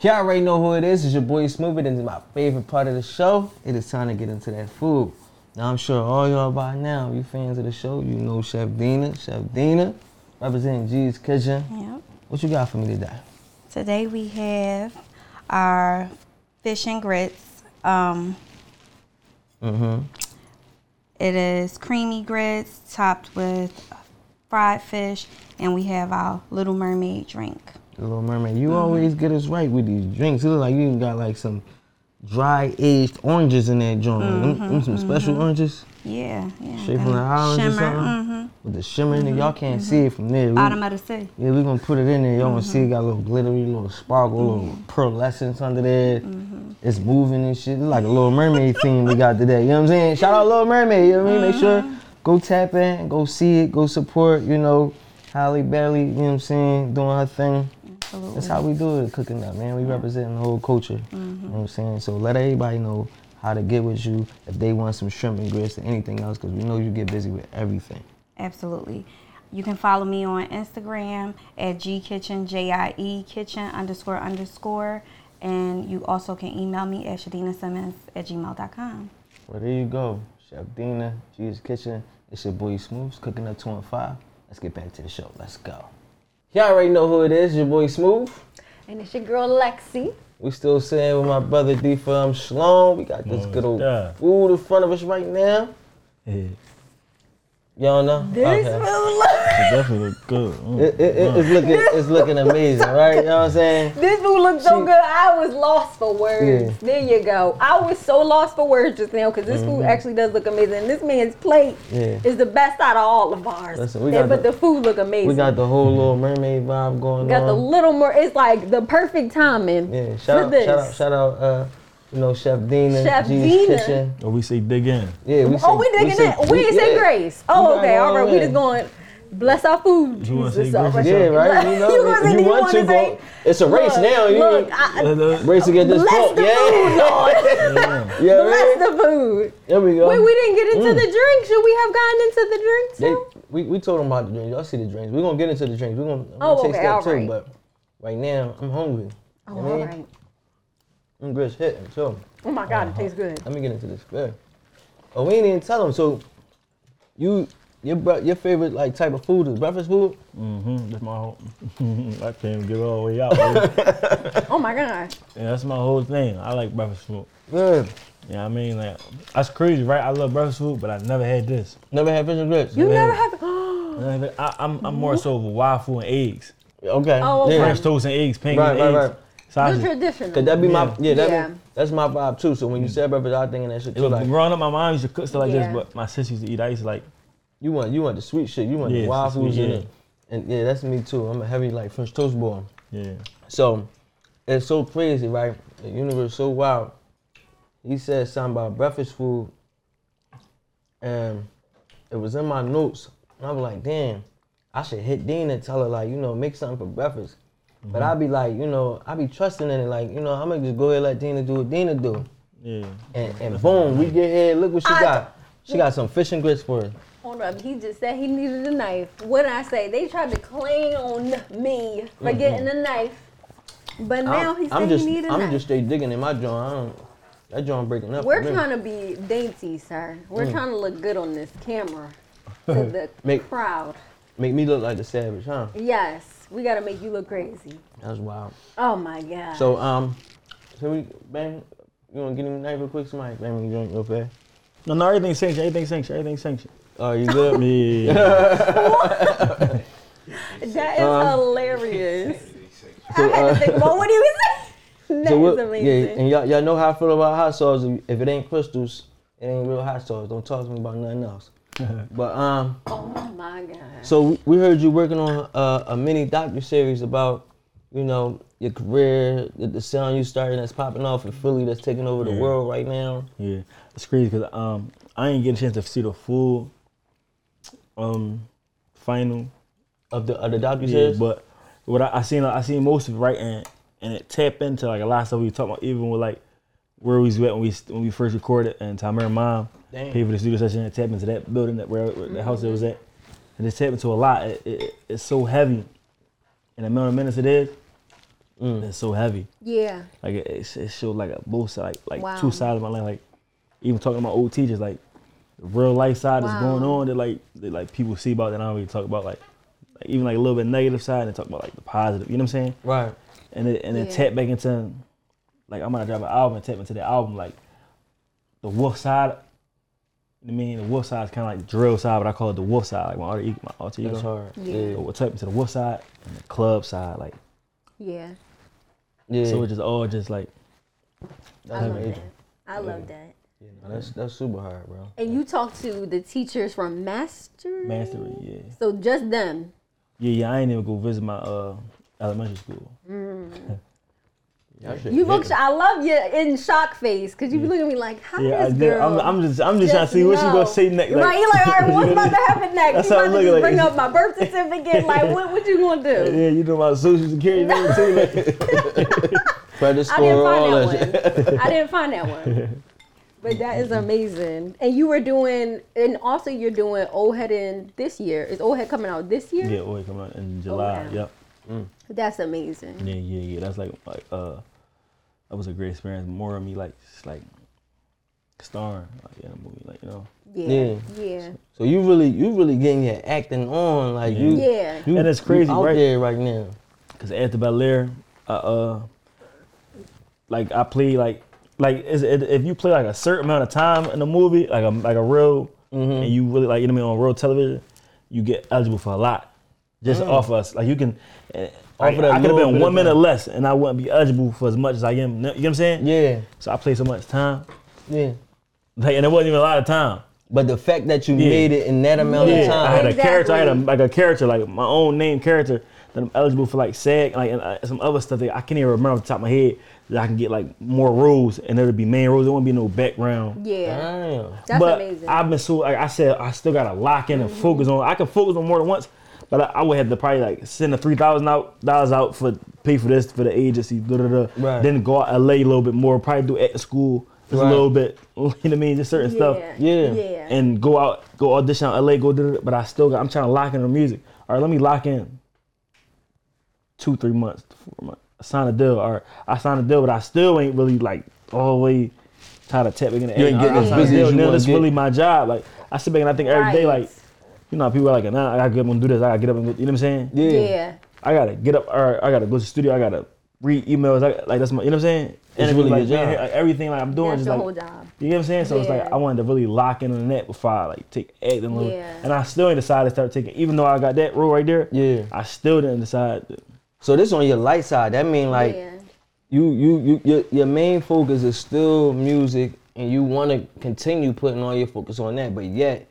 Y'all already know who it is. It's your boy Smooth. It is my favorite part of the show. It is time to get into that food. Now, I'm sure all y'all by now, you fans of the show, you know Chef Dina. Chef Dina, representing G's Kitchen. Yep. What you got for me today? Today we have our fish and grits. Um, Mm-hmm. it is creamy grits topped with fried fish, and we have our Little Mermaid drink. Little Mermaid, you always get us right with these drinks. It look like you even got like some dry aged oranges in that joint. Them- them some special oranges. Yeah, yeah. Straight from the islands or Shimmer, something? mhm. With the shimmer in it, y'all can't see it from there. We- Bottom of the sea. yeah, we're gonna put it in there. Y'all gonna see it got a little glittery, little sparkle, little pearlescence under there. It's moving and shit. It's like a little mermaid theme we got today. You know what I'm saying? Shout out Little Mermaid, you know what I mean? Make sure go tap in, go see it, go support, you know, Holly Bailey, you know what I'm saying, doing her thing. Absolutely. That's how we do it, cooking up, man. We representing the whole culture. You know what I'm saying? So let everybody know how to get with you if they want some shrimp and grits or anything else, because we know you get busy with everything. Absolutely. You can follow me on Instagram at G Kitchen J I E Kitchen underscore underscore. And you also can email me at Shadina Simmons at gmail.com. Well, there you go. Chef Dina, Jesus Kitchen. It's your boy Smooths cooking up 215. Let's get back to the show. Let's go. Y'all already know who it is. Your boy Smooth. And it's your girl Lexi. We still sitting with my brother D from Shalom. We got this Most good old def. food in front of us right now. Yeah. Y'all know? This food look definitely good. Mm. It, it, it- it's looking it's looking amazing, right? You know what I'm saying? This dude looked so She- good. I was lost for words. Yeah. There you go. I was so lost for words just now because this food actually does look amazing. This man's plate Mm-hmm. Yeah. is the best out of all of ours. Listen, we They- got but the- the, food look amazing. We got the whole Little Mermaid vibe going Mm-hmm. Got on. the little more. It's like the perfect timing. Um, yeah, for shout out, this. shout out, shout out, uh, you know, Chef Dina, Chef G's Dina. Kitchen. Or we say dig in. Yeah, we oh, we digging say- it. We ain't say yeah. grace. We Oh, got okay. it All right. all We in. just going bless our food. You wanna say Jesus, grace all right. and Yeah, right. You know, You if wasn't- you you want to wanted to go, say- it's a race Look, now. You Look, ain't- I, Uh, uh, race to get this bless book. the food, Yeah, Lord. yeah. bless right? the food. There we go. Wait, we didn't get into Mm. the drink. Should we have gotten into the drink They, too? we, we told them about the drinks. Y'all see the drinks. We're gonna get into the drinks. We're gonna, I'm gonna Oh, take okay, steps too. alright. But right now, I'm hungry. You oh, know what I all mean? right. I'm just hitting. So Oh my God, it tastes good. let me get into this. Yeah. Oh, we ain't even tell them. So you your bre- your favorite like type of food is breakfast food. Mm, that's my whole. I can't even get all the way out. yeah, Oh my God. that's my whole thing. I like breakfast food. Yeah. Yeah, I mean, like that's crazy, right? I love breakfast food, but I never had this. Never had fish and grits. You never Yeah. have. I, am I'm more so of a waffle and eggs, Okay. Oh, okay. French toast and eggs, pancakes, Right, right, eggs, right. You're sausage. Cause traditional. that be my Yeah. Mm. yeah, that Yeah. Be, that's my vibe too. So when you said breakfast, I was thinking that shit It too. was, Like growing up, my mom used to cook stuff like Yeah. this, but my sis used to eat. I used to like you want you want the sweet shit. You want Yeah, the it's the waffles sweet, and yeah. it. And yeah, that's me too. I'm a heavy like French toast boy. yeah. So it's so crazy, right? The universe so wild. He said something about breakfast food, and it was in my notes. And I was like, damn, I should hit Dean and tell her like, you know, make something for breakfast. But i be like, you know, i be trusting in it. Like, you know, I'm gonna just go ahead and let Dina do what Dina do. Yeah, And, and boom, we get here. Look what she I- got. She got some fish and grits for us. Hold up. He just said he needed a knife. What did I say? They tried to clown me for getting a knife. But now I'm, he I'm said just, he needed a I'm knife. just straight digging in my joint. I don't, that joint breaking up. We're for me. Mm. trying to be dainty, sir. We're trying to look good on this camera to the Make- crowd. make me look like the savage, huh? Yes, we gotta make you look crazy. That's wild. Oh my God. So um, so we bang. You wanna get him a knife real quick, somebody? Bang me drink real fast. no, no, everything's sanctioned. Everything's sanctioned. Everything's sanctioned. Oh, you good? Yeah, Me. that is um, hilarious. I had to think about what he was saying. That is Uh, So what- amazing. Yeah, and y'all, y'all know how I feel about hot sauce. If, if it ain't crystals, it ain't real hot sauce. Don't talk to me about nothing else. but um, oh my God. so we, we heard you working on uh, a mini docu series about, you know, your career, the, the sound you started that's popping off in Philly, that's taking over the Yeah. world right now. yeah. It's crazy because um, I ain't get a chance to see the full um final Of the of the docu Yeah, series. but what I, I seen, I seen most of it, right, and and it tap into like a lot of stuff we talking about, even with like where we was at when we when we first recorded, and Tamir and Mom Damn. paid for the studio session and tap into that building that where, where the house that was at, and it's tap into a lot. It, it, it's so heavy, and the amount of minutes it is, it's so heavy. Yeah. Like it, it, it showed like a both side, like Wow. two sides of my life. Like even talking about old teachers, like the real life side that's going Wow. on that like that like people see about that I don't really talk about. Like, like even like a little bit negative side and talk about like the positive. You know what I'm saying? right. And it, and then Yeah. tap back into like I'm gonna drop an album and tap into the album like the wolf side. I mean, the wolf side is kind of like the drill side, but I call it the wolf side. Like my alter ego, my alter That's ego. hard. Yeah. Yeah. So tap into the wolf side and the club side, like Yeah. yeah. so. It's just all just like I that's love amazing. that. I love that. Yeah, no, that's that's super hard, bro. And you talk to the teachers from Master. mastery. Yeah. So just them. Yeah, yeah, I ain't even go visit my uh, elementary school. Y'all should You look. hit sh- I love you in shock face because you be looking at me like, "How Yeah, I this did. girl?" I'm, I'm just, I'm just, trying to see what she know. gonna say next. right, you like, all right, what's about to happen next? That's you how about I'm to just looking, bring like- up my birth certificate. Like, what, what you gonna do? yeah, you know my social security number too. Like, Credit I didn't score, all that find shit. that one. I didn't find that one. But that is amazing. And you were doing, and also you're doing Old Head in this year. Is Old Head coming out this year? yeah, oh, it come out in July. wow. Yep. That's amazing. Yeah, yeah, yeah. That's like, like, uh, that was a great experience. More of me, like, just like starring, like in a movie, like you know. Yeah. Yeah. So you really, you really getting your acting on, like you. Yeah. you- And it's crazy, you out right? there right now. Cause after Bel Air, I, uh, like I played like, like is it, if you play like a Mm-hmm. certain amount of time in a movie, like a like a real, and you really like you know what I mean on real television, you get eligible for a lot just off us. Like you can, eh, Off of that Mm. I, could have little bit been of one minute time. less, and I wouldn't be eligible for as much as I am. now. You know what I'm saying? Yeah, So I played so much time, yeah. like, and it wasn't even a lot of time. But the fact that you Yeah. made it in that amount Yeah, of I time, had a Exactly. character. I had a, like a character, like my own name character that I'm eligible for, like SAG, like and, uh, some other stuff that I can't even remember off the top of my head. That I can get like more roles, and there would be main roles. There won't be no background. Yeah, Damn. that's but amazing. Mm-hmm. I've been so like I said, I still gotta lock in and focus on. I can focus on more than once, but I, I would have to probably like send the three thousand dollars out for pay for this for the agency. Da, da, da. Right. Then go out LA a little bit more. Probably do at school just Right. a little bit. You know what I mean? Just certain stuff Yeah. yeah. and go out, go audition out LA, go do it. But I still got, I'm trying to lock in the music. All right, let me lock in two, three months, four months. I sign a deal. All right, I signed a deal, but I still ain't really like all the way tired of tapping in the You ain't air. getting I as signed a busy deal, as you now wanna This get. really my job. Like I sit back and I think every day, Right. like you know, people are like, nah, I gotta get up and do this. I gotta get up and go. You know what I'm saying? Yeah. yeah. I gotta get up. Or I gotta go to the studio. I gotta read emails. I, like that's my. You know what I'm saying? It's Interview, really like, your job. man, like, everything like I'm doing That's just your like whole job. you know what I'm saying? So it's like Yeah. I wanted to really lock in on that before I like take acting. a little- Yeah. And I still ain't decided to start taking, even though I got that role right there. Yeah. I still didn't decide. To, So this on your light side. That mean like yeah. you, you, you, your, your main focus is still music, and you want to continue putting all your focus on that. But yet,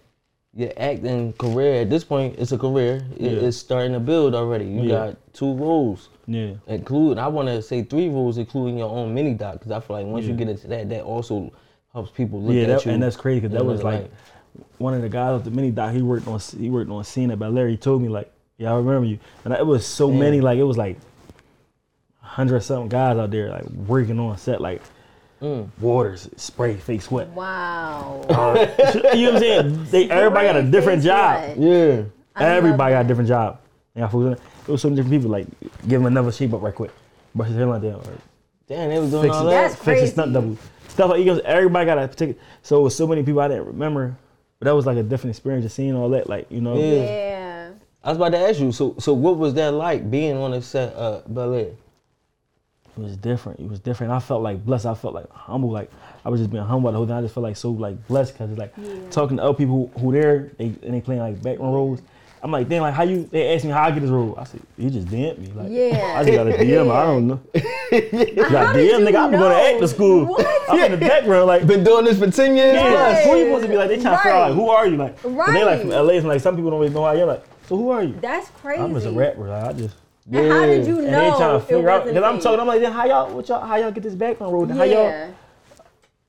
your acting career at this point, it's a career. It- Yeah. It's starting to build already. You Yeah. got two roles. yeah. include I want to say three rules, including your own mini doc, because I feel like once you Yeah. get into that, that also helps people look Yeah. at That, you. and that's crazy because that in was another like light. one of the guys with the mini doc. He worked on he worked on Cena, but Larry told me like, yeah, I remember you. And it was so many like it was like a hundred something guys out there like working on set like. Mm. Waters, spray, face sweat. Wow. you know what I'm saying? They, everybody got a Spray, different face job. sweat. yeah, Everybody love got a different job. And I focus on it. It was so many different people. Like, give him another shape up right quick. Brush his hair like that. Or damn, they was doing fix all his, that. That's fix his crazy. stunt double. Stuff like egos. Everybody got a particular. So it was so many people I didn't remember. But that was like a different experience of seeing all that. Like, you know. Yeah. yeah. I was about to ask you. So, so what was that like being on a set, uh, ballet? it was different. It was different. I felt like blessed. I felt like humble. Like I was just being humble the whole time. I just felt like so like blessed because it's like talking to other people who, who there they, and they playing like background roles. I'm like, damn, like how you? They asked me how I get this role. I said, you just DM me. Like, Yeah. I just got a DM. I don't know. got How did DM, you nigga. I'm going to know? act to school. What? I'm in the background, like. Been doing this for ten years. Yeah, plus. like, who you supposed to be like? They trying to figure out Right. like, who are you? Like, 'cause they like from Right. LA, and like some people don't really know how you're like. So who are you? That's crazy. I'm just a rapper. Like, I just. And how did you And know? they trying to it figure out wasn't because I'm fake? talking. I'm like, then how y'all? What y'all? How y'all get this background role? Then How y'all? yeah.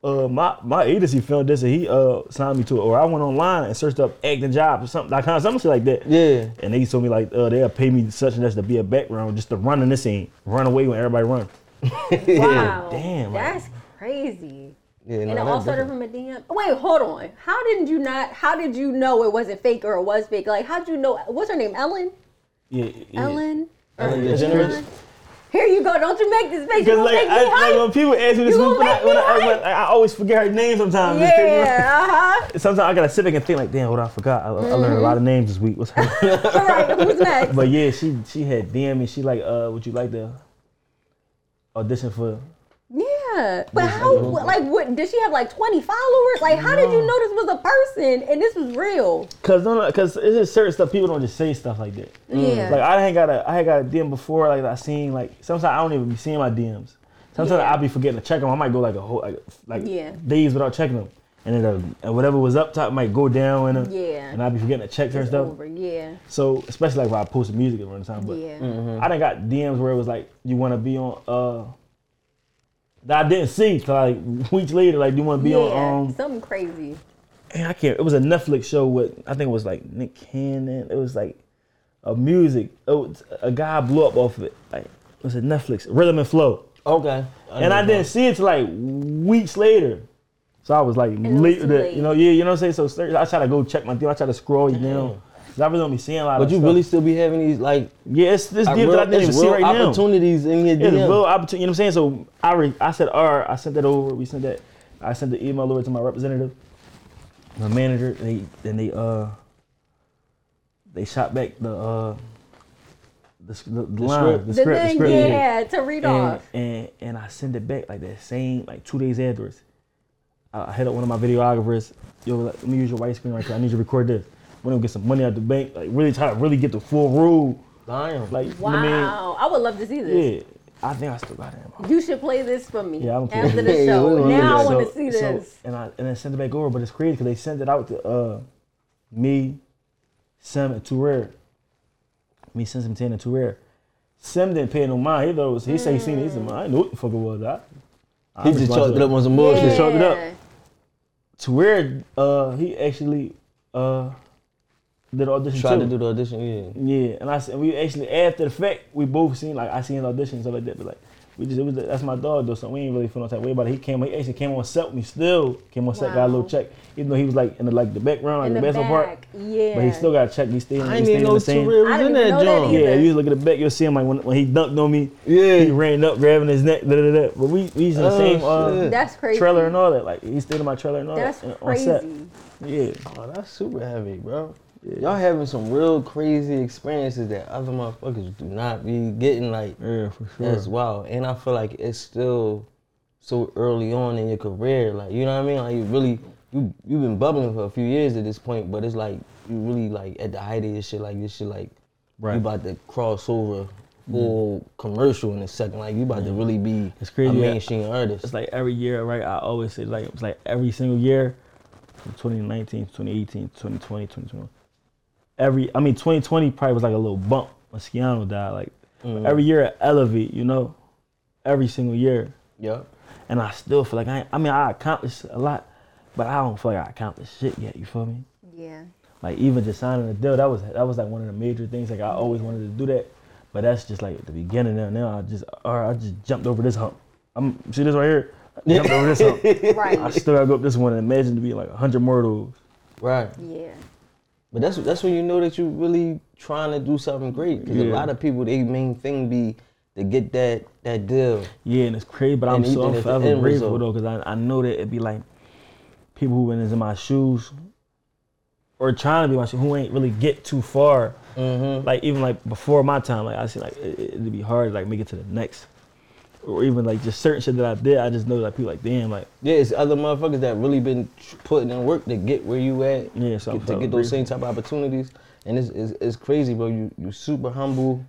uh, my my agency filmed this and he uh signed me to it. Or I went online and searched up acting jobs or something like kind of something like that. Yeah. And they told me like uh, they'll pay me such and such to be a background just to run in this scene, run away when everybody run. Wow. Damn, like- That's crazy. Yeah, no, and it that's all started different. from a DM. Wait, hold on. How did you not? How did you know it wasn't fake or it was fake? Like, how did you know? What's her name? Ellen. Yeah. yeah. Ellen. Ellen DeGeneres? Here you go. Don't you make this face. You Because gonna like, make me I, like hype. when people ask me this, You when gonna I, make when me I, when hype? I, I always forget her name sometimes. It's crazy. Yeah. Uh Sometimes I gotta sit back and think like, damn, what I forgot. I, I learned a lot of Mm-hmm. names this week. What's her? huh. All right. Who's next? But yeah, she she had DM me. She like, uh, would you like to audition for? Yeah. But how? Like, what? Did she have like 20 followers? Like, how did you know this was a person and this was real? Cause no, no, cause it's just certain stuff people don't just say stuff like that. Mm. Yeah. Like I ain't got a I ain't got a DM before. Like I seen like sometimes I don't even be seeing my DMs. Sometimes Yeah. I'll be forgetting to check them. I might go like a whole like, like Yeah. days without checking them, and then uh, and whatever was up top might go down and uh, Yeah. and I'll be forgetting to check certain It's stuff. over. Yeah. So especially like when I posted music around the time, but mm, Yeah. I done got DMs where it was like you want to be on uh that I didn't see till like weeks later like you want to be yeah. on um Something crazy. man, I can't. It was a Netflix show with I think it was like Nick Cannon. It was like a music. It was, a guy blew up off of it. Like it was a Netflix rhythm and flow. Okay. And I didn't see it till like weeks later. So I was like was late too with it. late. You know, yeah, you know what I'm saying? So certain- I try to go check my deal. I try to scroll you down. 'Cause I really don't be seeing a lot But of you stuff. really still be having these like Yeah, it's this uh, deal that I didn't it's even see right now. opportunities in your Yeah, the DM. real opportunity. You know what I'm saying? So I re- I said, all right, I sent that over. We sent that. I sent the email over to my representative, my manager. They then they uh they shot back the uh the s- the, the, line, script. the The script, the thing, script. yeah, to read And, off. and and I sent it back like that same like two days afterwards. I I hit up one of my videographers. Yo, let me use your white screen right there. I need you to record this. want to get some money out the bank. Like really try to really get the full rule. Damn. Like you Wow. know what I mean? I would love to see this. Yeah. I think I still got it. in my You should play this for me Yeah, I'm gonna after play the it. Yeah, we show. gonna do now I that. want So- to see so- this. and I and then sent it back over, but it's crazy because they sent it out to uh, me, Sim, and Two Rare. Me, Sim, Sim, Ten, and Two Rare. Sim didn't pay no mind. He thought it was, he said he seen it. He said, "Man, I didn't know what the fuck it was." I, I He just chalked it up on some yeah. bullshit. showed it up. To where uh, he actually uh, did the audition Tried too. to do the audition, yeah. Yeah, and I s- and we actually after the fact we both seen like I seen his audition and stuff like that, but like we just it was that's my dog though, so we ain't really feel no type of way about it. He came, he actually came on set with me still, came on set got a little Wow. check, even though he was like in the like the background, like In the, the basketball part, back, yeah. but he still got checked. He stayed, in- I he ain't stayed even in know the same. Terrell I was in didn't even that know that joint. either. Yeah, if you look at the back, you'll see him like when, when he dunked on me, Yeah. he ran up grabbing his neck, da da da. da. But we we was in the Oh, same uh, shit. That's crazy. trailer and all that. Like he stayed in my trailer and all That's that on set. crazy. Yeah, Oh, that's super heavy, bro. Y'all having some real crazy experiences that other motherfuckers do not be getting. Like, yeah, for that's wild. And I feel like it's still so early on in your career. Like, you know what I mean? Like, you really, you you've been bubbling for a few years at this point, but it's like you really like at the height of your shit. Like, this shit, like, Right. Mm-hmm. you about to cross over full commercial in a second. Like, you about to really be It's crazy a that- mainstream artist. it's like every year, right? I always say like it's like every single year from 2019 to 2018 to 2020, 2021. Every I mean 2020 probably was like a little bump when Skiano died. Like every year I elevate, you know, every single year, yep. and I still feel like I ain't- I mean I accomplished a lot, but I don't feel like I accomplished shit yet. You feel me? Yeah. Like even just signing a deal, that was that was like one of the major things. Like I always wanted to do that, but that's just like at the beginning. Now, now I just all right, I just jumped over this hump. I'm see this right here. I jumped over this hump. I Right. still gotta go up this one and imagine to be like 100 more of those. Right. yeah. But that's that's when you know that you really trying to do something great. Because a Yeah. lot of people, they main thing be to get that that deal. Yeah, and it's crazy, but And I'm you so think I'm it's the forever end grateful result. though, because I, I know that it'd be like people who been in my shoes or trying to be my shoes who ain't really get too far. Mm-hmm. Like even like before my time, like I see like it, it- it'd be hard to like make it to the next. Or even like just certain shit that I did, I just know like people like damn like Yeah, it's other motherfuckers that really been tr- putting in work to get where you at. Yeah, so I'm get- to proud get of those you. same type of opportunities. And it's, it's, it's crazy, bro. You you super humble.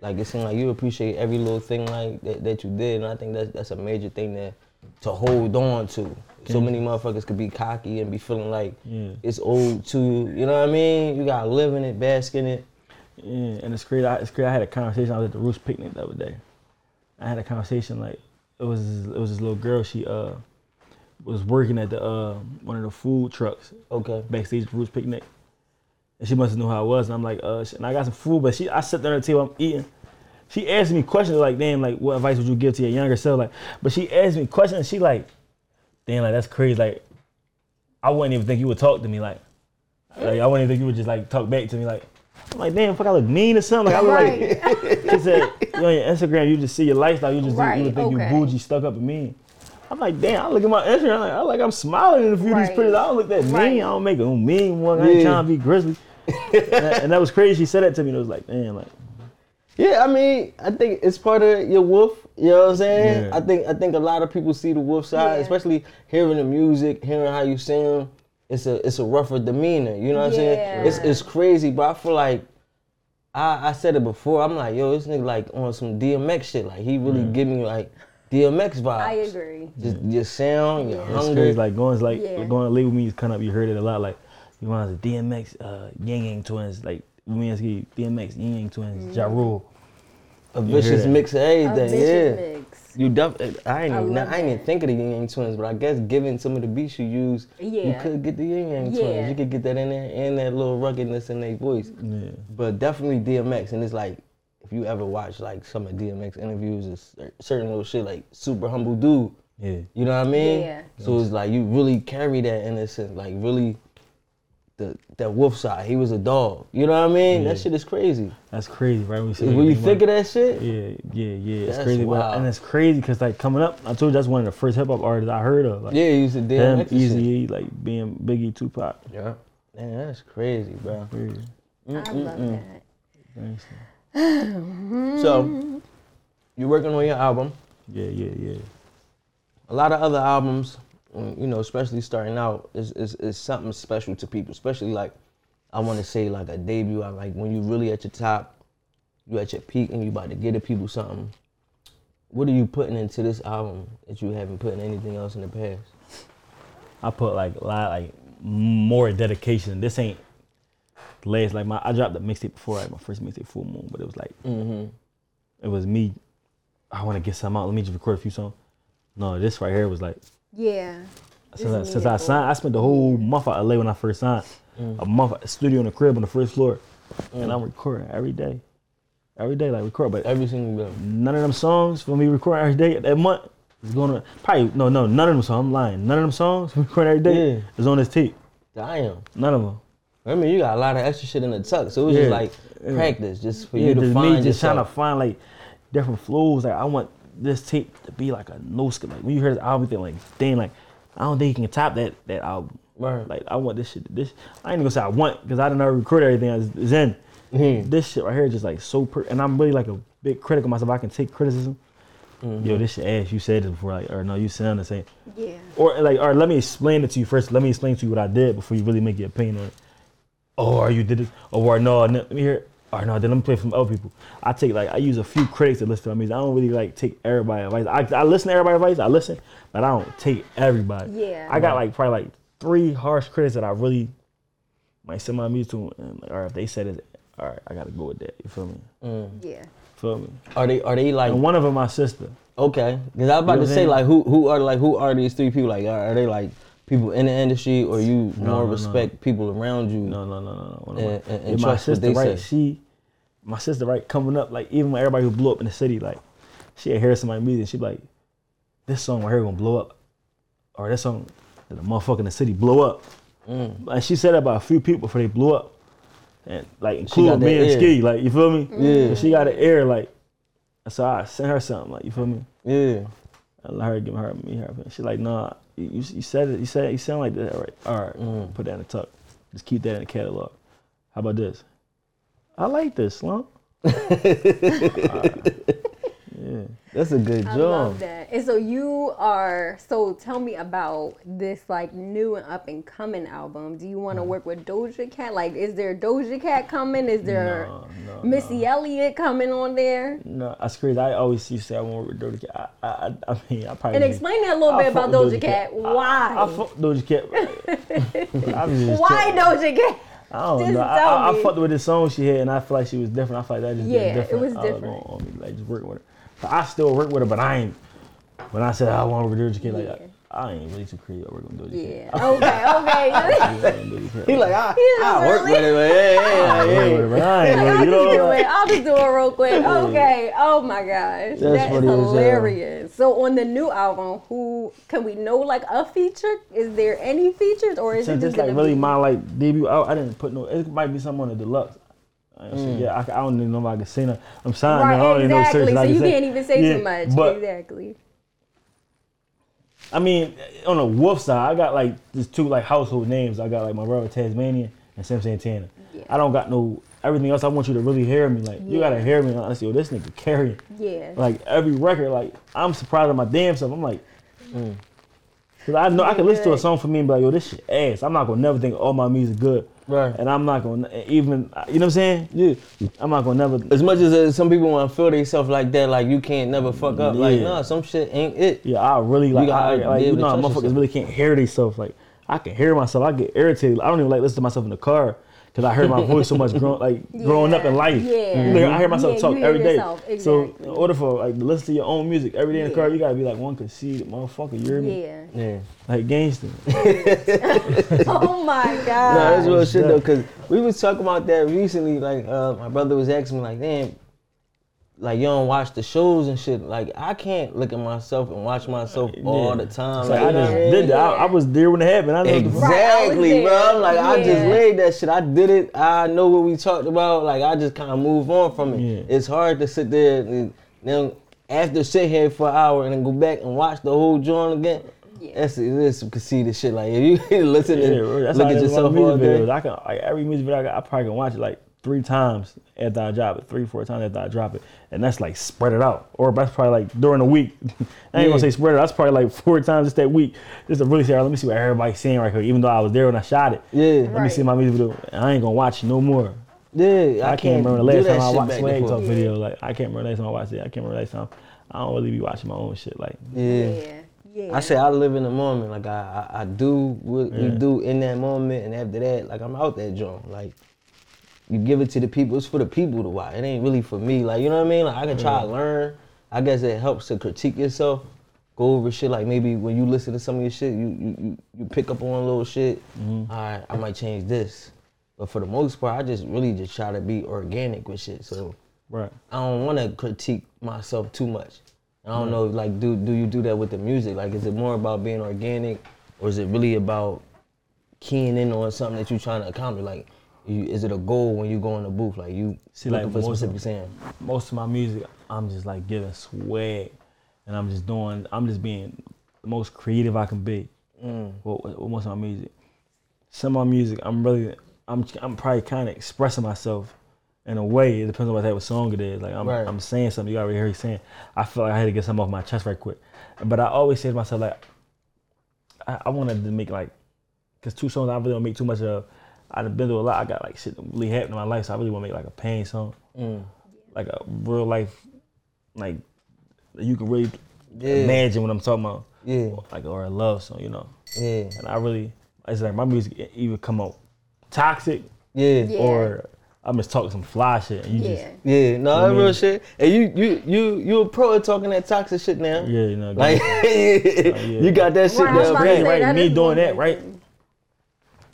Like it seems like you appreciate every little thing like that, that you did, and I think that's that's a major thing that to hold on to. So many motherfuckers could be cocky and be feeling like Yeah. it's old to you. You know what I mean? You gotta live in it, bask in it. Yeah, and it's crazy. I, it's crazy. I had a conversation. I was at the Roots picnic the other day. I had a conversation like it was it was this little girl. She uh was working at the uh one of the food trucks Okay. backstage at the Roots picnic, and she must have knew how I was. And I'm like, uh, sh- and I got some food, but she I sat there at the table. I'm eating. She asked me questions like, damn, like what advice would you give to your younger self? Like, but she asked me questions. And she like, damn, like that's crazy. Like, I wouldn't even think you would talk to me. Like, like I wouldn't even think you would just like talk back to me. Like, I'm like, damn, fuck, I look mean or something. Like, I look like Right. she said, "You on your Instagram, you just see your lifestyle. You just you would Right, think okay. you bougie, stuck up and mean." I'm like, damn. I look at my Instagram, like, I like I'm smiling in a few of Right. these pictures. I don't look that mean. Right. I don't make a mean one. I ain't Yeah. trying to be grizzly. and, that, and that was crazy. She said that to me. And it was like, damn, like Yeah, I mean, I think it's part of your wolf. You know what I'm saying? Yeah. I think I think a lot of people see the wolf side, Yeah. especially hearing the music, hearing how you sing. It's a it's a rougher demeanor. You know what I'm saying? It's Yeah. it's crazy, but I feel like I I said it before. I'm like, yo, this nigga like on some DMX shit. Like he really Mm. give me like DMX vibes. I agree. Just your sound, your it's hunger. crazy. Like going, like Yeah. going to live with me is kind of you heard it a lot. Like you want the DMX, uh, Yang Yang Twins, like we ask you DMX, Yang Yang Twins, Ja Mm. Rule. a hear vicious that. mix of A everything. vicious Yeah. mix. You def- I ain't I even, love I ain't even that. think of the Yin Yang Twins, but I guess given some of the beats you use, you Yeah. could get the Yin Yang Yeah. Twins. You could get that in there and that little ruggedness in their voice. Yeah. But definitely DMX, and it's like if you ever watch like some of DMX interviews, it's cer- certain little shit like super humble dude. Yeah. You know what I mean? Yeah. So it's like you really carry that innocence, like really. The, that wolf side, he was a dog. You know what I mean? That shit is crazy. That's crazy, right? When you, say When you like- think of that shit, Yeah, yeah, yeah. It's That's crazy, wild. but, and it's crazy because like coming up, I told you that's one of the first hip hop artists I heard of. Like, yeah, he was a Damn, DMX. and shit. Easy, like being Biggie, Tupac. Yeah. Man, that's crazy, bro. Yeah. I love that. Thanks. So, you're working on your album. Yeah, yeah, yeah. A lot of other albums, mm, you know, especially starting out, is, is, is something special to people, especially like I want to say like a debut. I like when you really at your top, you at your peak, and you about to give the people something. What are you putting into this album that you haven't put in anything else in the past? I put like a lot, like more dedication. This ain't last. Like my, I dropped the mixtape before, like my first mixtape, Full Moon, but it was like, Mm-hmm. it was me. I want to get something out. Let me just record a few songs. No, this right here was like Yeah. since, I, This since I needed signed. I spent the whole month out of LA when I first signed. A month at the studio in the crib on the first floor, and I'm recording every day, every day like record. But Every single day. none of them songs for me recording every day that month is going to probably no no none of them songs. I'm lying. None of them songs we recording every day Yeah. is on this tape. Damn. None of them. I mean, you got a lot of extra shit in the tuck, so it was just Yeah. like practice, just for Yeah, you to just find me just trying to yourself. find like different flows. Like I want this tape to be like a no skip. Like when you hear this album, thing, like dang, like I don't think you can top that that album. Right. Like I want this shit. This I ain't gonna say I want because I didn't already record everything. I was, it's in. Mm-hmm. This shit right here just like so. Per- and I'm really like a big critic of myself. I can take criticism. Mm-hmm. Yo, this shit ass. You said this before, like or no, you sound the same. Yeah. Or like, all right, let me explain it to you first. Let me explain to you what I did before you really make your opinion on it. Oh, or you did it. Or no, no, let me hear. it. Or no, then let me play from other people. I take like I use a few critics to listen to my music. I don't really like take everybody advice. I, I listen to everybody's advice. I listen, but I don't take everybody. Yeah. I got like probably like three harsh critics that I really might send my music to, and like, all right, if they said it, all right, I gotta go with that. You feel me? Yeah. Feel me? Are they are they like And one of them, my sister. Okay, because I was about to You know what I'm say saying? like who who are like who are these three people like are, are they like people in the industry or you No, more no, no. respect people around you? No, no, no, no, no. One And- of my, and- and yeah, my trust what sister, they right? say. She, my sister, right? Coming up, like even when everybody who blew up in the city, like she'd hear some of my music, she'd be like, "This song right here gonna blow up," or "This song, that the motherfucker in the city blow up." Mm. Like she said that about a few people before they blew up, and like including that me and ear. Ski. Like you feel me? Yeah. And she got an air like, so I sent her something. Like you feel me? Yeah, I let her give her me her. opinion. She like, nah, you, you you said it. You said you sound like that. All right, all right. mm, Put that in the tuck. Just keep that in the catalog. How about this? I like this, Slump. that's a good I job. love that. And so you are. So tell me about this like new and up and coming album. Do you want Mm-hmm. to work with Doja Cat? Like, is there Doja Cat coming? Is there Missy Elliott coming on there? No, that's crazy. I always used to say I want to Doja Cat. I, I, I mean, I probably And explain that a little I bit fuck about with Doja Cat. Why? I, I fuck Doja Cat. I was just Why checking. Doja Cat? I don't Just know. I, tell I, I me. fucked with this song she had, and I feel like she was different. I feel like that just Yeah, did it different. was I don't different. know, on me, like just working with her. But I still work with her, but I ain't. When I said I want to Doja Cat, like I, I ain't really too crazy. I work with Doja Yeah. Okay. Okay. Cat. I ain't Doja Cat. He like I, I Yeah, work with it, but yeah, yeah, yeah, I yeah. ain't really- I ain't I'll really- just you do know, it. I'll just do it real quick. Okay. Oh my gosh. That's what it is, uh, hilarious. so on the new album, who can we know like a feature? Is there any features or is it Since just it's like gonna really be- my like debut out, I didn't put no. It might be something on the deluxe. I ain't sure. Yeah, I, I don't even know if I can say that. I'm signed. I Mm. Right, don't even know exactly. certain So I can you say. can't even say Yeah, too much. But exactly. I mean, on the wolf side, I got like these two like household names. I got like my brother Tasmanian and Sam Santana. I don't got no everything else. I want you to really hear me. Like you gotta hear me. Honestly, yo, this nigga carrying. Yeah. Like every record, like I'm surprised at my damn self. I'm like, mm. cause I know I can listen to a good. song for me and be like, yo, this shit ass. I'm not gonna never think all my music good. Right. And I'm not gonna even. You know what I'm saying? Yeah. I'm not gonna never. As much as uh, some people want to feel themselves like that, like you can't never fuck up. Like Yeah. nah, some shit ain't it. Yeah, I really like. gotta I, be like able you to know, how touch motherfuckers yourself. really can't hear themselves. Like I can hear myself. I get irritated. I don't even like listen to myself in the car because I heard my voice so much. Growing like growing up in Yeah, life, yeah. Like, I hear myself Yeah, talk you hear every day. yourself, So in exactly. order for like to listen to your own music every day in the car, Yeah. you gotta be like one conceited motherfucker. You hear me? Yeah. Yeah. Like gangster. oh my god. No, that's real it's shit dope. though, cause we was talking about that recently. Like, uh, my brother was asking me, like, damn, like you don't watch the shows and shit. Like, I can't look at myself and watch myself all the time. It's Like, like, I you know just what I mean? did that. I, I was there when it happened. I know the fuck. Exactly, Right, I was bro. there. I'm like, I just Yeah. laid that shit. I did it. I know what we talked about. Like, I just kind of move on from it. Yeah. It's hard to sit there and then after sit here for an hour and then go back and watch the whole joint again. Yeah. That's this some conceited shit. Like, if you listen Yeah, and bro, that's look how at it is with my yourself all music day. videos. I can like every music video I, got, I probably can watch it like three times after I drop it, three, four times after I drop it. And that's like spread it out. Or that's probably like during the week. I ain't Yeah. gonna say spread it out. That's probably like four times just that week. Just to really say, all right, let me see what everybody's saying right here. Even though I was there when I shot it. Yeah. Let me Right. see my music video. I ain't gonna watch it no more. Yeah, I, can't remember the last time I watched Swag Swag Talk video. Like I can't remember the last time I watched it. I can't remember the last time. I don't really be watching my own shit. Like Yeah. Yeah. Yeah. I say I live in the moment. Like I, I, I do what we do in that moment, and after that, like I'm out that joint. Like you give it to the people. It's for the people to watch. It ain't really for me. Like you know what I mean? Like I can try to learn. I guess it helps to critique yourself. Go over shit like maybe when you listen to some of your shit, you you you, you pick up on little shit. All right, I might change this. But for the most part, I just really just try to be organic with shit. So right. I don't want to critique myself too much. I don't know, like, do do you do that with the music? Like, is it more about being organic, or is it really about keying in on something that you're trying to accomplish? Like, you, is it a goal when you go in the booth? Like, you See, looking like, for a most of- specific sound? most of my music, I'm just like giving swag, and I'm just doing, I'm just being the most creative I can be. With, with- with most of my music, some of my music, I'm really, I'm, I'm probably kind of expressing myself in a way. It depends on what type of song it is. Like I'm, Right. I'm saying something. You already hear me saying. I feel like I had to get something off my chest right quick. But I always say to myself like, I, I wanted to make like, cause two songs I really don't make too much of. I've been through a lot. I got like shit that really happened in my life, so I really want to make like a pain song like a real life, like you can really Yeah. imagine what I'm talking about. Yeah. Like or a love song, you know. Yeah, And I really, it's like my music e- either come out toxic yeah, yeah. Yeah. or I'm just talking some fly shit, and you yeah. No, I that's real mean- shit. And you you you you a pro at talking that toxic shit now. just yeah, Oh, you know. Like, you got that shit Right, I was down. about to pat. say right, that me is doing one that, right? thing.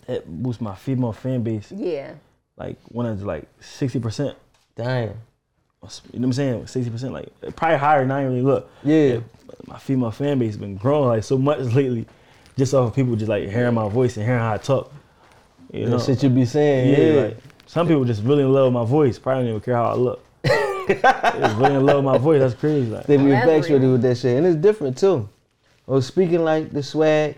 It boosts my female fan base Yeah. like one of like sixty percent. Damn. You know what I'm saying? Sixty percent, like probably higher than I even really look. Yeah. my female fan base been growing like so much lately, just off of people just like hearing my voice and hearing how I talk. You know, That shit you be saying. yeah. Yeah. Like, some people just really in love with my voice. Probably don't even care how I look. They just really in love with my voice. That's crazy. Like, They be Well, that's infatuated real. with that shit, and it's different too. Well, speaking like the swag,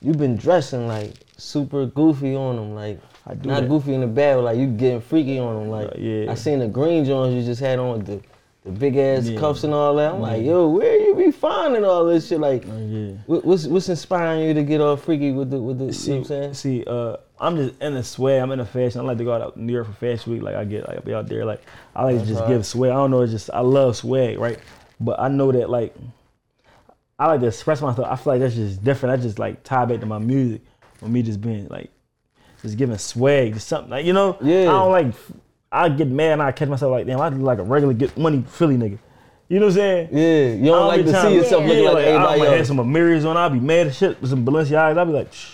you've been dressing like super goofy on them, like I do not that. goofy in the bad, but, like you getting freaky on them. Like Uh, yeah. I seen the green joints you just had on with the, the big ass Yeah. cuffs and all that. I'm like, Yeah. yo, where you be finding all this shit? Like, yeah. what, what's what's inspiring you to get all freaky with the with the? you know what I'm saying? see, uh, I'm just in the swag. I'm in the fashion. I like to go out to New York for Fashion Week. Like I get, like I be out there. Like I like to just right. give swag. I don't know. It's just I love swag, right? But I know that like I like to express myself. I feel like that's just different. I just like tie back to my music. With me just being like just giving swag, just something like you know. Yeah. I don't like. I get mad and I catch myself like, damn, I look like a regular get money Philly nigga. You know what I'm saying? Yeah, you I don't like be to trying see yourself Yeah. looking like, I might everybody have else. some Amiris on. I'll be mad as shit with some Balenciagas. I'll be like, shh,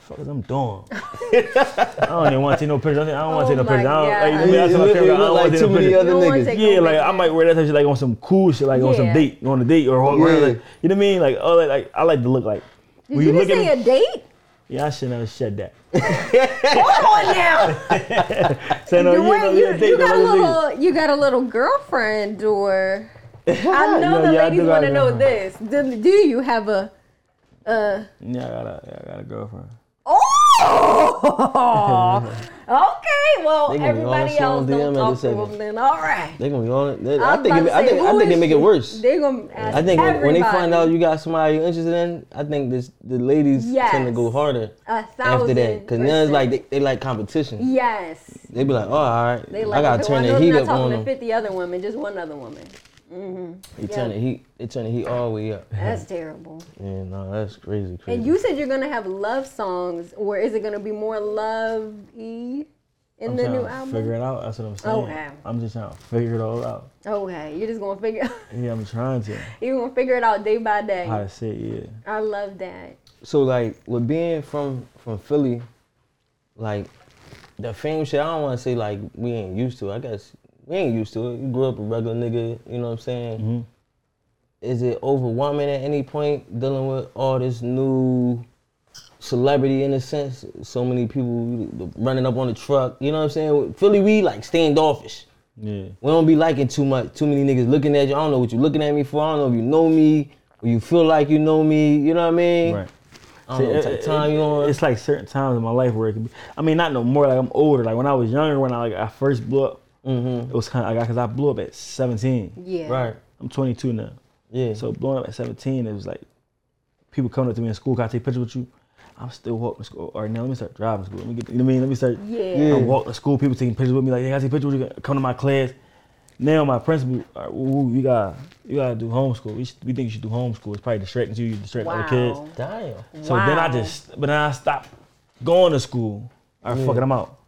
fuck is I'm doing. I don't even want to take no pictures. I don't want to Oh take no pictures. I my God. don't, like, you mean, I You tell my look- parents, you I don't look want like to take too no many other pictures. You don't wanna niggas. take- Yeah, no like I pictures. might wear that type of shit, like on some cool shit, like on some Yeah. date, on a date, or or, Yeah. like, you know what I mean? Like, all that, like I like to look like. Did you, just at say me- a date? yeah, I should never said that. Hold on now. Saying, You, oh, yeah, no, went- you- yeah, date, you no, got a no, no, date. little you got a little girlfriend or I know Yeah, the yeah, I ladies do want got to a know girlfriend. this. Do, do you have a uh Yeah, I got a, yeah, I got a girlfriend. Oh Okay, well They gonna be everybody all else on DM don't in talk a to second. them then. All right. They gonna be on it. was I think about it, to I say, think I who think it is make it she? worse. They gonna ask I think when- when they find everybody. out you got somebody you're interested in, I think this the ladies tend to Yes. go harder a thousand after that because now it's percent. like they, they like competition. Yes. They be like, oh, all right, Mm. They like I gotta it. turn Well, I the know heat they're up not on talking them. to 50 other women, just one other woman. They turn the heat, they turn the heat all the way up. That's terrible. Yeah, no, that's crazy, crazy. And you said you're gonna have love songs, or is it gonna be more love y in I'm the trying new to album? Oh, Figure it out. That's what I'm saying. Okay. I'm just trying to figure it all out. Okay, you're just gonna figure Yeah, I'm trying to. you're gonna figure it out day by day. How to say it, yeah. I love that. so like with being from from Philly, like the fame shit. I don't want to say like we ain't used to. it. I guess we ain't used to it. You grew up a regular nigga. You know what I'm saying? Is it overwhelming at any point dealing with all this new celebrity in a sense? So many people running up on the truck. You know what I'm saying? Philly, we like standoffish. Yeah. We don't be liking too much. Too many niggas looking at you. I don't know what you looking at me for. I don't know if you know me or you feel like you know me. You know what I mean? Right. I don't know what type of time you on. It's like certain times in my life where it can be. I mean, not no more. Like I'm older. Like when I was younger, when I like I first blew up, Mm-hmm. it was kind of like because I blew up at 17. Yeah. Right. I'm 22 now. Yeah. So blowing up at 17, it was like people coming up to me in school, can I take pictures with you? I'm still walking to school. All right, now let me start driving to school. Let me get, you know what I mean? Let me start. Yeah. I walk to school, people taking pictures with me, like, hey, can I take pictures with you? Come to my class. Now my principal, all right, woo, woo, you gotta, you gotta do homeschool. We, should, we think you should do homeschool. It's probably distracting you. You're distracting other kids. Wow. Damn. So then I Wow. just, but then I stopped going to school. All right, fuck it, I'm out.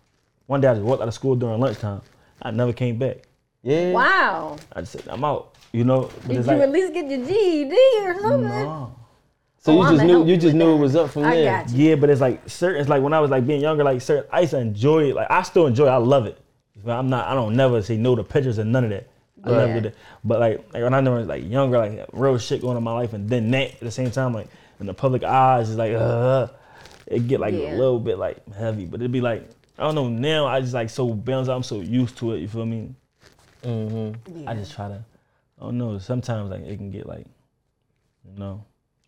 One day I just walked out of school during lunchtime. I never came back. Yeah. Wow. I just said, I'm out. You know, but Did it's you like, at least get your GED or something? nah. So Oh, you I'm just a knew help you just with knew it that. was up from I there. got you. Yeah, but it's like certain. It's like when I was like being younger, like certain. I used to enjoy it. Like I still enjoy. it. I love it. But I'm not. I don't never say no to pictures and none of that. I Yeah. never did that. But like, like when I was like younger, like real shit going on in my life, and then that at the same time, like in the public eyes, it's like uh, it get like Yeah. a little bit like heavy. But it'd be like I don't know. Now I just like so balanced. I'm so used to it. You feel me? Yeah. I just try to. I don't know. Sometimes like it can get like, you know.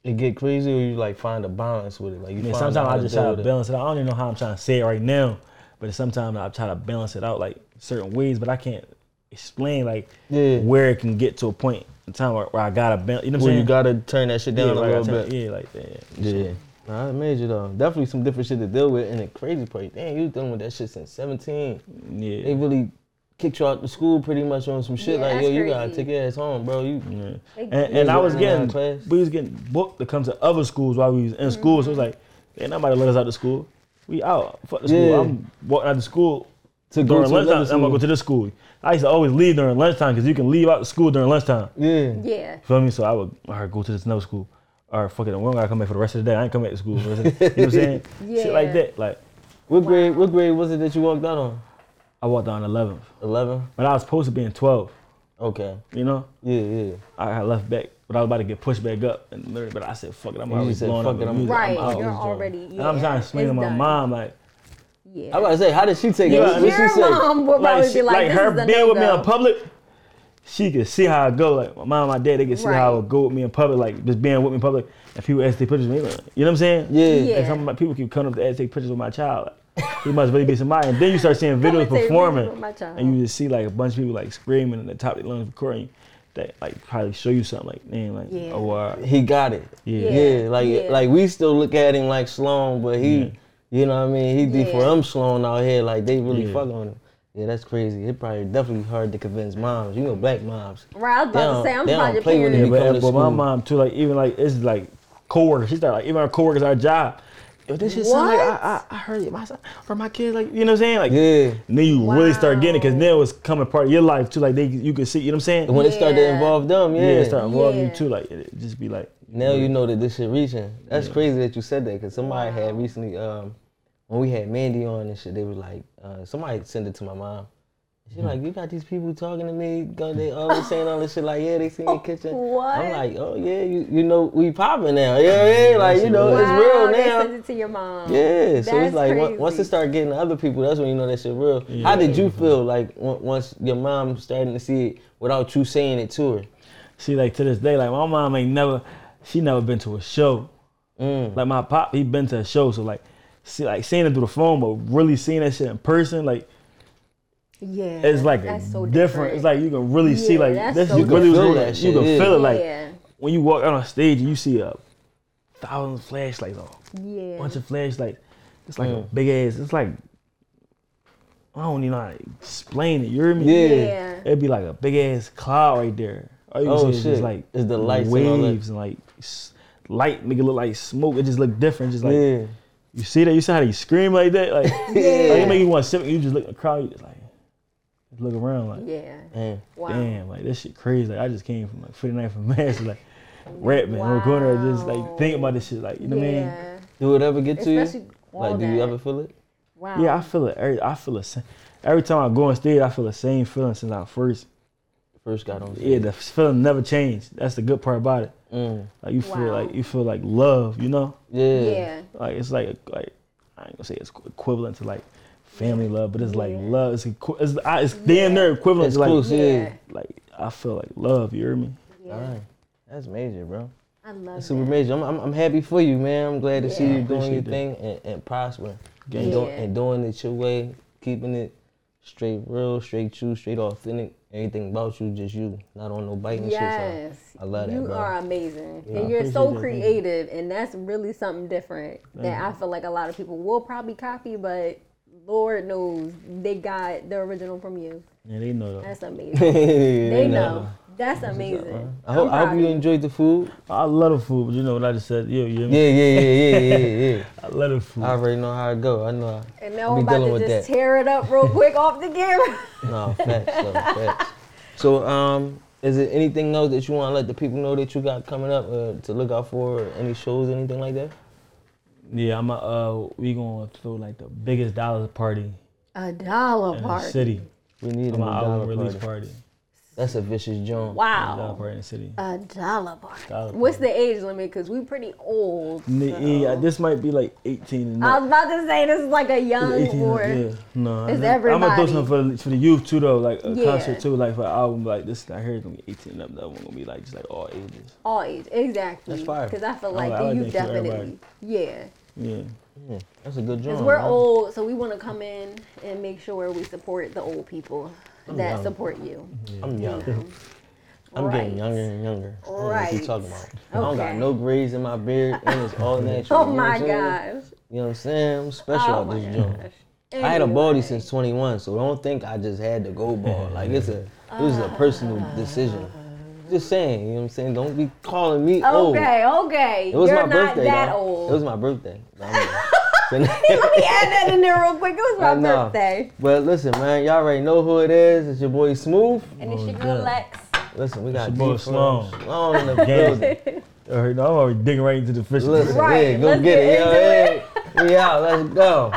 It get crazy, or you like find a balance with it. Like you. Yeah, find sometimes out how I to just try build to it. balance it out. I don't even know how I'm trying to say it right now, but sometimes I try to balance it out like certain ways, but I can't explain like Yeah. where it can get to a point in time where, where I gotta balance. You know what I'm Well, you saying? gotta turn that shit yeah, down like, a I little turn- bit. yeah, like that. Yeah. Nah, I major though. Definitely some different shit to deal with. And the crazy part, damn, you was dealing with that shit since 17. Yeah. They really kicked you out the school pretty much on some shit. Yeah, like, that's yo, you gotta crazy. take your ass home, bro. You Yeah. They- And, and I was Yeah. getting Class. we was getting booked to come to other schools while we was in school. So it was like, ain't nobody let us out of school. We out. Fuck the school. Yeah. I'm walking out of school to go during to another lunchtime. I'm gonna go to the school. I used to always leave during lunchtime because you can leave out the school during lunchtime. Yeah. Yeah. Feel me? So I would all right, go to the snow school. All right, fuck it. We don't gotta come back for the rest of the day. I ain't come back to school. For the rest of the you know what I'm saying? Shit like Yeah. that. Like What grade? What grade was it that you walked out on? I walked down 11th, Eleven. but I was supposed to be in 12. Okay. You know, Yeah, yeah. I got left back, but I was about to get pushed back up, and literally, but I said, fuck it. I'm You already said, blowing fuck up. it, the I'm- music. Right. You're out. just joking. already. And I'm yeah, trying to explain it's to my done. mom like, I Yeah. was about to say, how did she take it? Yeah, What did she Your say? mom will probably like, be she- like, like this her is a being with me in no-go. public, she could see how I go. Like my mom, my dad, they could see how I Right. would go with me in public, like just being with me in public. And people ask their pictures of me, like, you know what I'm saying? Yeah. Yeah. And some of my people keep coming up to ask take pictures with my child. Like, he must really be somebody. And then you start seeing Come videos and take performing, pictures with my child. and you just see like a bunch of people like screaming at the top of their lungs recording. That like probably show you something like man like Yeah. oh uh, He got it. Yeah. Yeah. Like Yeah. like we still look at him like Sloan, but he, you know what I mean? He D for Yeah. him Sloan out here. Like they really Yeah. fuck on him. Yeah, that's crazy. It probably definitely hard to convince moms. You know, black moms. Right. I was They about don't- to say, I'm they about don't to play with yeah, parent. it. come but, to but my school. mom too like even like it's like coworkers she's like even our coworkers our job yo this shit sound like What? I, I I heard it my son or my kids like you know what I'm saying like Yeah. And then you really start getting it because now it's coming part of your life too. Like they, you can see, you know what I'm saying? When it started to Yeah. involve them, yeah. yeah, it start involving Yeah. you too. Like it, it just be like, Now you know that this shit reaching. That's crazy that you said that because somebody had recently, um, when we had Mandy on and shit, they was like, uh, somebody sent it to my mom. She like, you got these people talking to me. go- They always saying all this shit. Like, yeah, they see me in the kitchen. What? I'm like, oh yeah, you, you know we popping now. Yeah, yeah, like you know Wow, it's real They now. sent it to your mom. Yeah, so That's it's like on- crazy. once it start getting to other people, that's when you know that shit real. How did you feel like on- once your mom starting to see it without you saying it to her? see, like to this day, like my mom ain't never, she never been to a show. Mm. Like my pop, he been to a show, so like, see, like seeing it through the phone, but really seeing that shit in person, like Yeah. it's like a that's so different. It's like you can really see, Yeah, like that's this, so you really different. was- You can feel that you can shit, feel it. yeah. Like Yeah. when you walk out on stage, and you see a thousand flashlights on. yeah. Mm. bunch of flashlights. It's like a big ass. It's like I don't even know how to explain it. You hear me? Yeah. yeah. It'd be like a big ass cloud right there. All you can Oh, see is shit. just like It's the lights and all that. waves and, like s- light make it look like smoke. It just look different. Just like Yeah. you see that. You see how they scream like that. Like like, it make you want to sit. You just look at the crowd. You just like just look around like Yeah. Man. Wow. damn like this shit crazy. Like I just came from like 49 from Mass like rapping on the corner. Just like thinking about this shit. Like you know what I mean? Yeah. Do it ever get to you? Especially all Like, do you that. ever feel it? Wow. Yeah, I feel it. Every, I feel the same. Every time I go on stage, I feel the same feeling since I first. First got on. Yeah, the feeling never changed. That's the good part about it. Mm. Like you feel Wow. like you feel like love. You know, Yeah. Yeah. like it's like like I ain't gonna say it's equivalent to like family love, but it's like Yeah. love. It's equi- it's, I- it's damn near equivalent It's to like close, yeah. Yeah. like I feel like love. You hear me? Yeah. All right. That's major, bro. I love Super that. major. I'm, I'm, I'm happy for you, man. I'm glad to see you doing your Appreciate that. thing and, and prospering. Yeah. And, doing, and doing it your way, keeping it straight real, straight true, straight authentic. Everything about you, just you, not on no biting shit. Yes. So I love that, You bro. are amazing. I and you're so appreciate that. Thank you. creative and that's really something different that I feel like a lot of people will probably copy, but Lord knows they got the original from you. Yeah, they know that. That's amazing. they know. That's amazing. I, hope, I'm I hope proud you of enjoyed the food. I love the food, but you know what I just said. Yeah, you know Yeah, yeah, yeah, yeah, yeah, yeah. I love the food. I already know how it go. I know. I, And now be I'm dealing about to with just that. tear it up real quick off the camera. No, facts, though, facts. So, um, is there anything else that you want to let the people know that you got coming up uh, to look out for? Or any shows, anything like that? Yeah, I'm a, uh, we gonna throw like the biggest dollar party A dollar in party. the city. We need a My album dollar release party. party. That's a vicious joint. Dollar Wow. party in the city. A dollar party. Dollar What's the age limit? Because we pretty old. N- yeah, this might be like 18 and I up. was about to say this is like a young 18 and up, or yeah. No, It's I'm gonna throw everybody. something for the, for the youth too though, like a Yeah. concert too, like for an album like this. I heard it's gonna be 18 and up. That one gonna be like just like all ages. all age. Exactly. That's fire. Because I feel I like like- I you like that for definitely. everybody. Yeah. Yeah, Yeah, that's a good joint. Because we're man. old, so we want to come in and make sure we support the old people that support you. I'm young. I'm Right. getting younger and younger. I don't know what Right. you talking about. I don't got Okay. no braids in my beard, and it's all natural. Oh you know what my I'm saying? gosh. You know what I'm saying? I'm special Oh out my this joint. gosh. I had a baldy Anyway. since 21, so don't think I just had the go ball. Like it's a, it was Ah. a personal decision. Just saying, you know what I'm saying? Don't be calling me old. Okay, okay. It was You're my not birthday. that dawg. old. It was my birthday. Nah, I'm- Let me add that in there real quick. It was my I know. birthday. But listen, man, y'all already know who it is. It's your boy Smooth. And it's your girl Lex. Listen, we got It's your boy D Sloan. Sloan. Sloan in the building. I heard, I'm already digging right into the fish. Listen, Right, yeah, go let's get get it. Yo, into yeah. We out. Let's go.